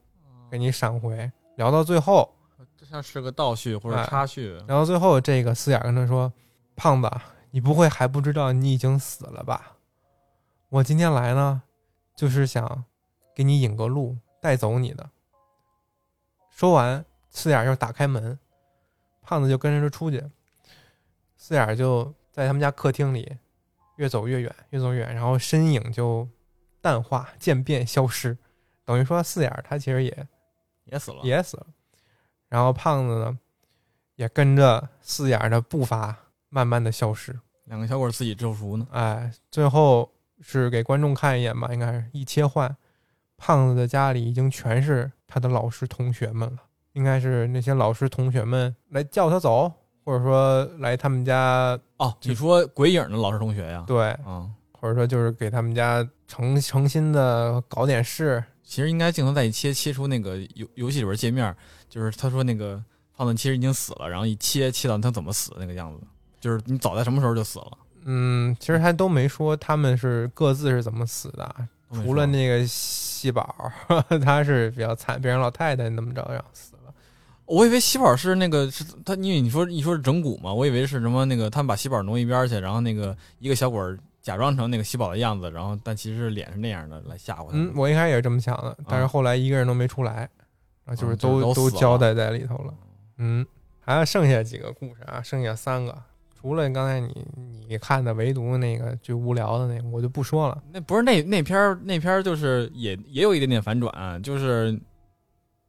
S1: 给你闪回。聊到最后，
S2: 这像是个倒叙或者
S1: 哎
S2: 插叙。
S1: 然后最后这个四眼跟他说：“胖子，啊你不会还不知道你已经死了吧？我今天来呢，就是想给你引个路，带走你的。”说完，四眼就打开门，胖子就跟着出去。四眼就在他们家客厅里越走越远，越走越远，然后身影就淡化、渐变、消失。等于说，四眼他其实也
S2: 也死了，
S1: 也死了。然后胖子呢，也跟着四眼儿的步伐慢慢的消失。
S2: 两个小伙儿自己咒术呢。
S1: 哎，最后是给观众看一眼吧，应该是一切换，胖子的家里已经全是他的老师同学们了，应该是那些老师同学们来叫他走，或者说来他们家，
S2: 哦，
S1: 就
S2: 你说鬼影的老师同学呀？
S1: 对，
S2: 嗯，
S1: 或者说就是给他们家诚诚心的搞点事，
S2: 其实应该镜头再一切，切出那个游游戏里边界面，就是他说那个胖子其实已经死了，然后一切切到他怎么死的那个样子。就是你早在什么时候就死了？
S1: 嗯，其实还都没说他们是各自是怎么死的啊，
S2: 都没
S1: 除了
S2: 说哦
S1: 那个细宝， 他是比较惨，被人老太太那么着让死了。
S2: 我以为喜宝是那个是他，因为你说你说是整蛊嘛，我以为是什么那个他们把喜宝挪一边儿去，然后那个一个小鬼儿假装成那个喜宝的样子，然后但其实是脸是那样的来吓唬他们。
S1: 嗯，我一开始也是这么想的，但是后来一个人都没出来，然后就是
S2: 嗯就
S1: 都
S2: 是都
S1: 都
S2: 死了
S1: 交代在里头了。嗯，还有剩下几个故事啊，剩下三个，除了刚才你你看的，唯独那个最无聊的那个，我就不说了。
S2: 那不是那那篇儿那篇儿就是也也有一点点反转、啊就是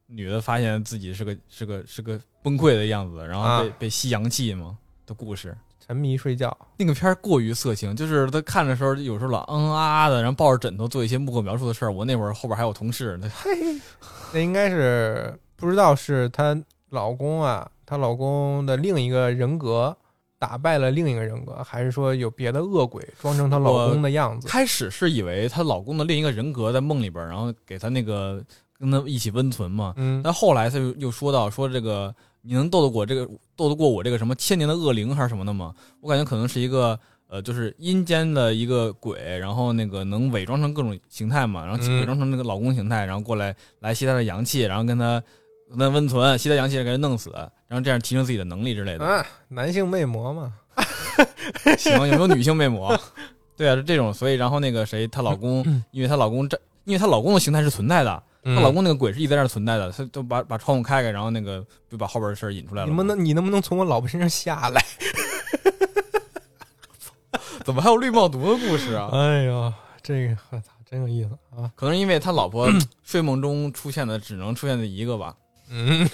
S2: 女的发现自己是个是个是个崩溃的样子，然后被、
S1: 啊
S2: 被吸阳气嘛的故事。
S1: 沉迷睡觉，
S2: 那个片儿过于色情，就是他看的时候有时候老嗯啊啊的，然后抱着枕头做一些幕后描述的事儿。我那会儿后边还有同事，他
S1: 那应该是不知道是她老公啊，她老公的另一个人格打败了另一个人格，还是说有别的恶鬼装成她老公的样子？
S2: 开始是以为她老公的另一个人格在梦里边儿，然后给她那个跟她一起温存嘛。
S1: 嗯，
S2: 但后来她又又说到说这个你能斗得过这个斗得过我这个什么千年的恶灵还是什么的吗？我感觉可能是一个呃，就是阴间的一个鬼，然后那个能伪装成各种形态嘛，然后
S1: 嗯
S2: 伪装成那个老公形态，然后过来来吸她的阳气，然后跟她跟她温存，吸她阳气给她弄死，然后这样提升自己的能力之类 的。
S1: 啊，男性魅魔嘛，
S2: 行，有没有女性魅魔？对啊，是这种，所以然后那个谁，她老公，因为她老公这，因为她老公的形态是存在的，她
S1: 她
S2: 老公那个鬼是一直在那儿存在的，她就把把窗户开开，然后那个就把后边的事儿引出来了
S1: 你
S2: 嘛。
S1: 们能你能不能从我老婆身上下来？
S2: 怎么还有绿帽毒的故事 啊？
S1: 哎呦，这个我操，真有意思啊！
S2: 可能是因为她老婆 睡梦中出现的只能出现的一个吧，
S1: 嗯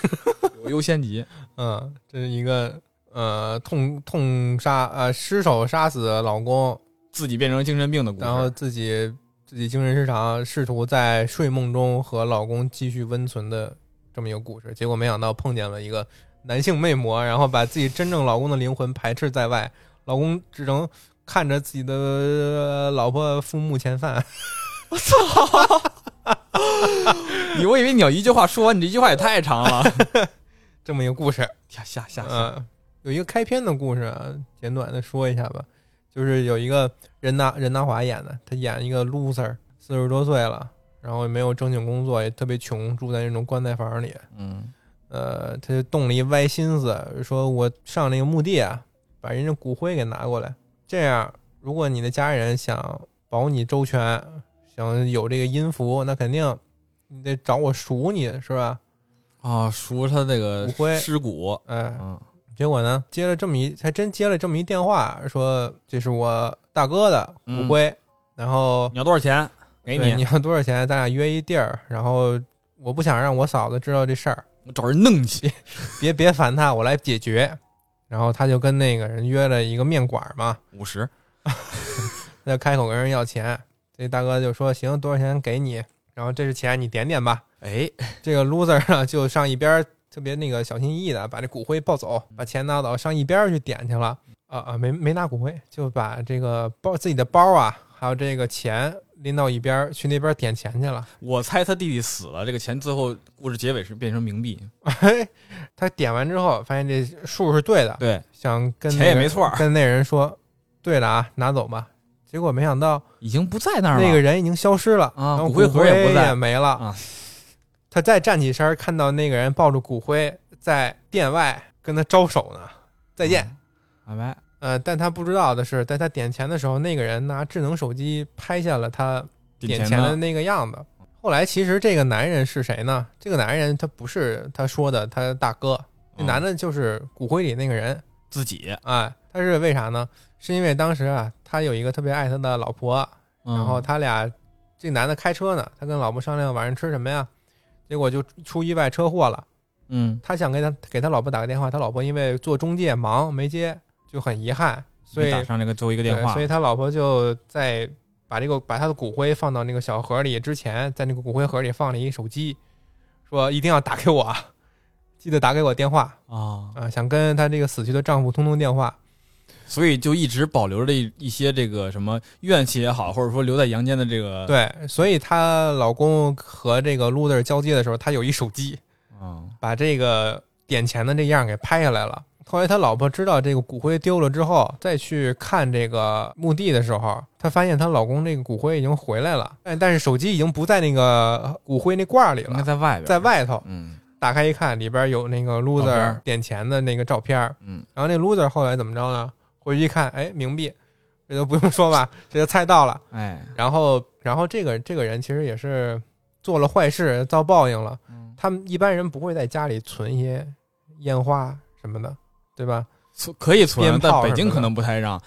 S2: 有优先级。
S1: 嗯，这是一个呃痛痛杀呃失手杀死老公，
S2: 自己变成精神病的故事，
S1: 然后自己自己精神失常，试图在睡梦中和老公继续温存的这么一个故事，结果没想到碰见了一个男性魅魔，然后把自己真正老公的灵魂排斥在外，老公只能看着自己的呃老婆父母前犯。
S2: 你我以为你要一句话说完，你这句话也太长了。
S1: 这么一个故事。
S2: 下下下
S1: 嗯、，有一个开篇的故事啊，简短的说一下吧，就是有一个任达任达华演的，他演一个 loser，四十多岁了，然后也没有正经工作，也特别穷，住在那种棺材房里。
S2: 嗯，
S1: 呃，他就动了一歪心思，说我上那个墓地啊，把人家骨灰给拿过来，这样如果你的家人想保你周全，想有这个音符，那肯定你得找我赎你，是吧？
S2: 啊，赎他这个
S1: 骨灰
S2: 尸骨，
S1: 哎，
S2: 嗯，
S1: 结果呢，接了这么一，还真接了这么一电话，说这是我大哥的骨灰，然后
S2: 你要多少钱？给
S1: 对你要多少钱，咱俩约一地儿，然后我不想让我嫂子知道这事儿，
S2: 我找人弄去。
S1: 别别烦她，我来解决。然后他就跟那个人约了一个面馆嘛，
S2: 五十，
S1: 他就开口跟人要钱，这大哥就说行，多少钱给你，然后这是钱，你点点吧。
S2: 哎，
S1: 这个 loser 呢就上一边儿特别那个小心翼翼的把这骨灰抱走，把钱拿走，上一边儿去点去了。啊啊，没没拿骨灰，就把这个包自己的包啊，还有这个钱拎到一边儿去那边儿点钱去了。
S2: 我猜他弟弟死了，这个钱最后故事结尾是变成冥币，
S1: 嘿，哎他点完之后发现这数是对的，
S2: 对，
S1: 想跟
S2: 钱
S1: 那
S2: 也
S1: 个
S2: 没错儿
S1: 跟那人说对了啊，拿走吧。结果没想到
S2: 已经不在那儿了。
S1: 那个人已经消失了，
S2: 啊
S1: 然后
S2: 骨灰盒
S1: 也
S2: 也不在
S1: 没了。
S2: 啊
S1: 他再站起身儿，看到那个人抱着骨灰在店外跟他招手呢，再见。
S2: 嗯拜拜，
S1: 呃，但他不知道的是，在他点钱的时候，那个人拿智能手机拍下了他点钱的
S2: 的
S1: 那个样子。后来其实这个男人是谁呢？这个男人他不是他说的他大哥，那男
S2: 的
S1: 的就是骨灰里那个人。
S2: 自己，
S1: 哎，他是为啥呢？是因为当时啊，他有一个特别爱他的老婆，然
S2: 然
S1: 后他俩这男的开车呢，他跟老婆商量晚上吃什么呀，结果就出意外车祸了。
S2: 嗯，
S1: 他想给他给他老婆打个电话，他老婆因为做中介忙没接，就很遗憾，所以
S2: 没打上这个最后一个电
S1: 对
S2: 话，啊
S1: 所以他老婆就在把这个把他的骨灰放到那个小盒里之前，在那个骨灰盒里放了一个手机，说一定要打给我，啊记得打给我电话
S2: 啊，
S1: 啊、想跟她这个死去的丈夫通通电话。
S2: 所以就一直保留着一一些这个什么怨气也好，或者说留在阳间的这个，
S1: 对，所以她老公和这个 loser 交接的时候，他有一手机，
S2: 嗯，
S1: 把这个点钱的这样给拍下来了。后来他老婆知道这个骨灰丢了之后，再去看这个墓地的时候，她发现她老公这个骨灰已经回来了，但但是手机已经不在那个骨灰那罐里
S2: 应该
S1: 了，
S2: 在外边，
S1: 在，外头。
S2: 嗯
S1: 打开一看，里边有那个
S2: 照
S1: loser
S2: 片
S1: 点钱的那个照片儿。
S2: 嗯，
S1: 然后那 loser 后来怎么着呢？回去一看，哎，冥币，这就不用说吧，这就猜到了。
S2: 哎，
S1: 然后，然后这个这个人其实也是做了坏事，遭报应了。
S2: 嗯
S1: 他们一般人不会在家里存一些烟花什么的，对吧？
S2: 存可以存
S1: 鞭，炮
S2: 但北
S1: 什么
S2: 京
S1: 的
S2: 可能不太让，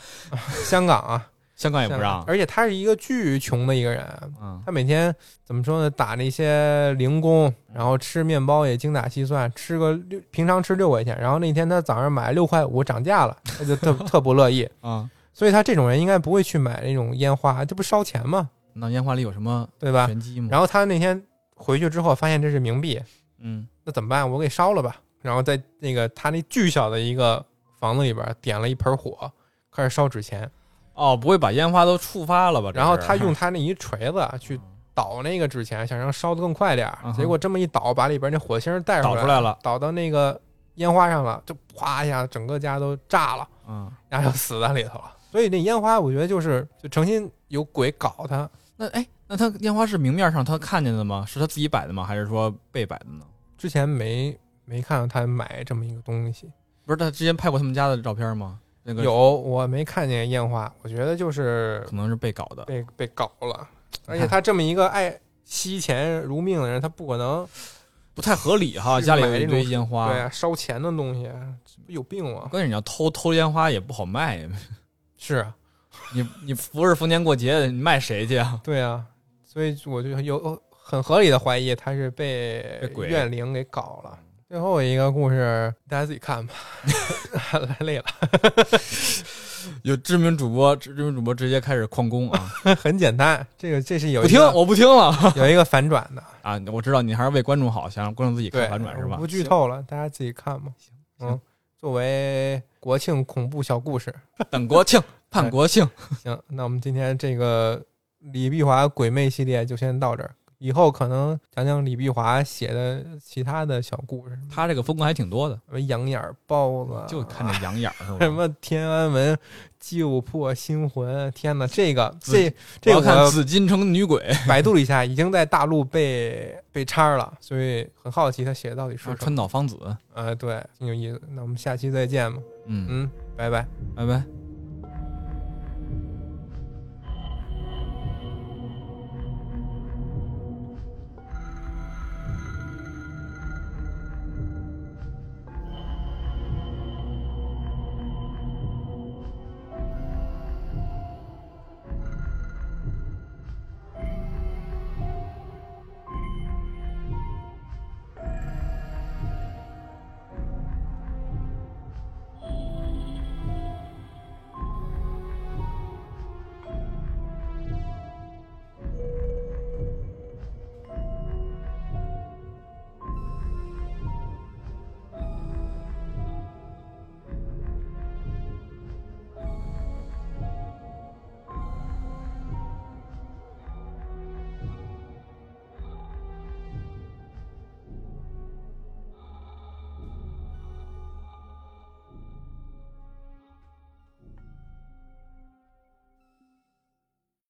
S1: 香港啊，
S2: 香 港也不
S1: 香港
S2: 让，
S1: 而且他是一个巨穷的一个人，
S2: 嗯
S1: 他每天怎么说呢？打那些零工，然后吃面包也精打细算，吃个六，平常吃六块钱，然后那天他早上买六块五涨价了，他就特 特不乐意。
S2: 啊，
S1: 所以他这种人应该不会去买那种烟花，这不烧钱吗？
S2: 那烟花里有什么
S1: 对吧？
S2: 玄机吗？
S1: 然后他那天回去之后发现这是冥币，
S2: 嗯，
S1: 那怎么办？我给烧了吧。然后在那个他那巨小的一个房子里边点了一盆火，开始烧纸钱。
S2: 哦，不会把烟花都触发了吧？这
S1: 然后
S2: 是
S1: 他用他那一锤子啊
S2: 嗯
S1: 去倒那个纸钱，想让烧得更快点儿
S2: 嗯哼
S1: 结果这么一倒，把里边那火星儿带
S2: 导出
S1: 来，
S2: 来了，
S1: 倒到那个烟花上了，就哗一下，整个家都炸了，
S2: 嗯。
S1: 然后就死在里头了。所以那烟花，我觉得就是就诚心有鬼搞他，
S2: 那哎，那他烟花是明面上他看见的吗？是他自己摆的吗？还是说被摆的呢？
S1: 之前没没看到他买这么一个东西。
S2: 不是他之前拍过他们家的照片吗？那个
S1: 有，我没看见烟花，我觉得就是
S2: 可能是被搞的。
S1: 被被搞了，而且他这么一个爱惜钱如命的人，他不可能
S2: 不太合理哈，
S1: 是
S2: 家里
S1: 买
S2: 有一
S1: 那
S2: 堆
S1: 种
S2: 烟花，
S1: 对啊，烧钱的东西有病吗？
S2: 关键你要偷偷烟花也不好卖呀，
S1: 是啊，
S2: 你你不是逢年过节的，你卖谁去啊？
S1: 对啊，所以我就有很合理的怀疑他是被
S2: 被鬼
S1: 怨灵给搞了。最后一个故事大家自己看吧， 来累了，
S2: 有知名主播，知名主播直接开始旷工 啊！
S1: 很简单，这个这是有
S2: 不
S1: 一
S2: 听，
S1: 个
S2: 我不听了
S1: 有一个反转 的，
S2: 啊！我知道你还是为观众好，想让观众自己
S1: 对，
S2: 看反转是
S1: 我
S2: 吧
S1: 不？剧透了，大家自己看吧。
S2: 行
S1: 嗯，作为国庆恐怖小故事，
S2: 等国 庆，盼国庆，
S1: 行，那我们今天这个李碧华鬼魅系列就先到这儿，以后可能讲讲李碧华写的其他的小故事，
S2: 他这个风格还挺多的，
S1: 什么羊眼儿豹子，啊
S2: 就看这养眼儿是吧？
S1: 什 么天安门、旧破新魂，天哪，这个
S2: 紫
S1: 这
S2: 我
S1: 这
S2: 要看
S1: 我
S2: 紫禁城女 鬼，
S1: 百度了一下，已经在大陆被被叉儿了，所以很好奇他写的到
S2: 啊
S1: 底是什么。
S2: 川岛芳子，
S1: 呃，对，挺有意思。那我们下期再见吧，
S2: 嗯，
S1: 嗯，拜拜。
S2: 拜拜。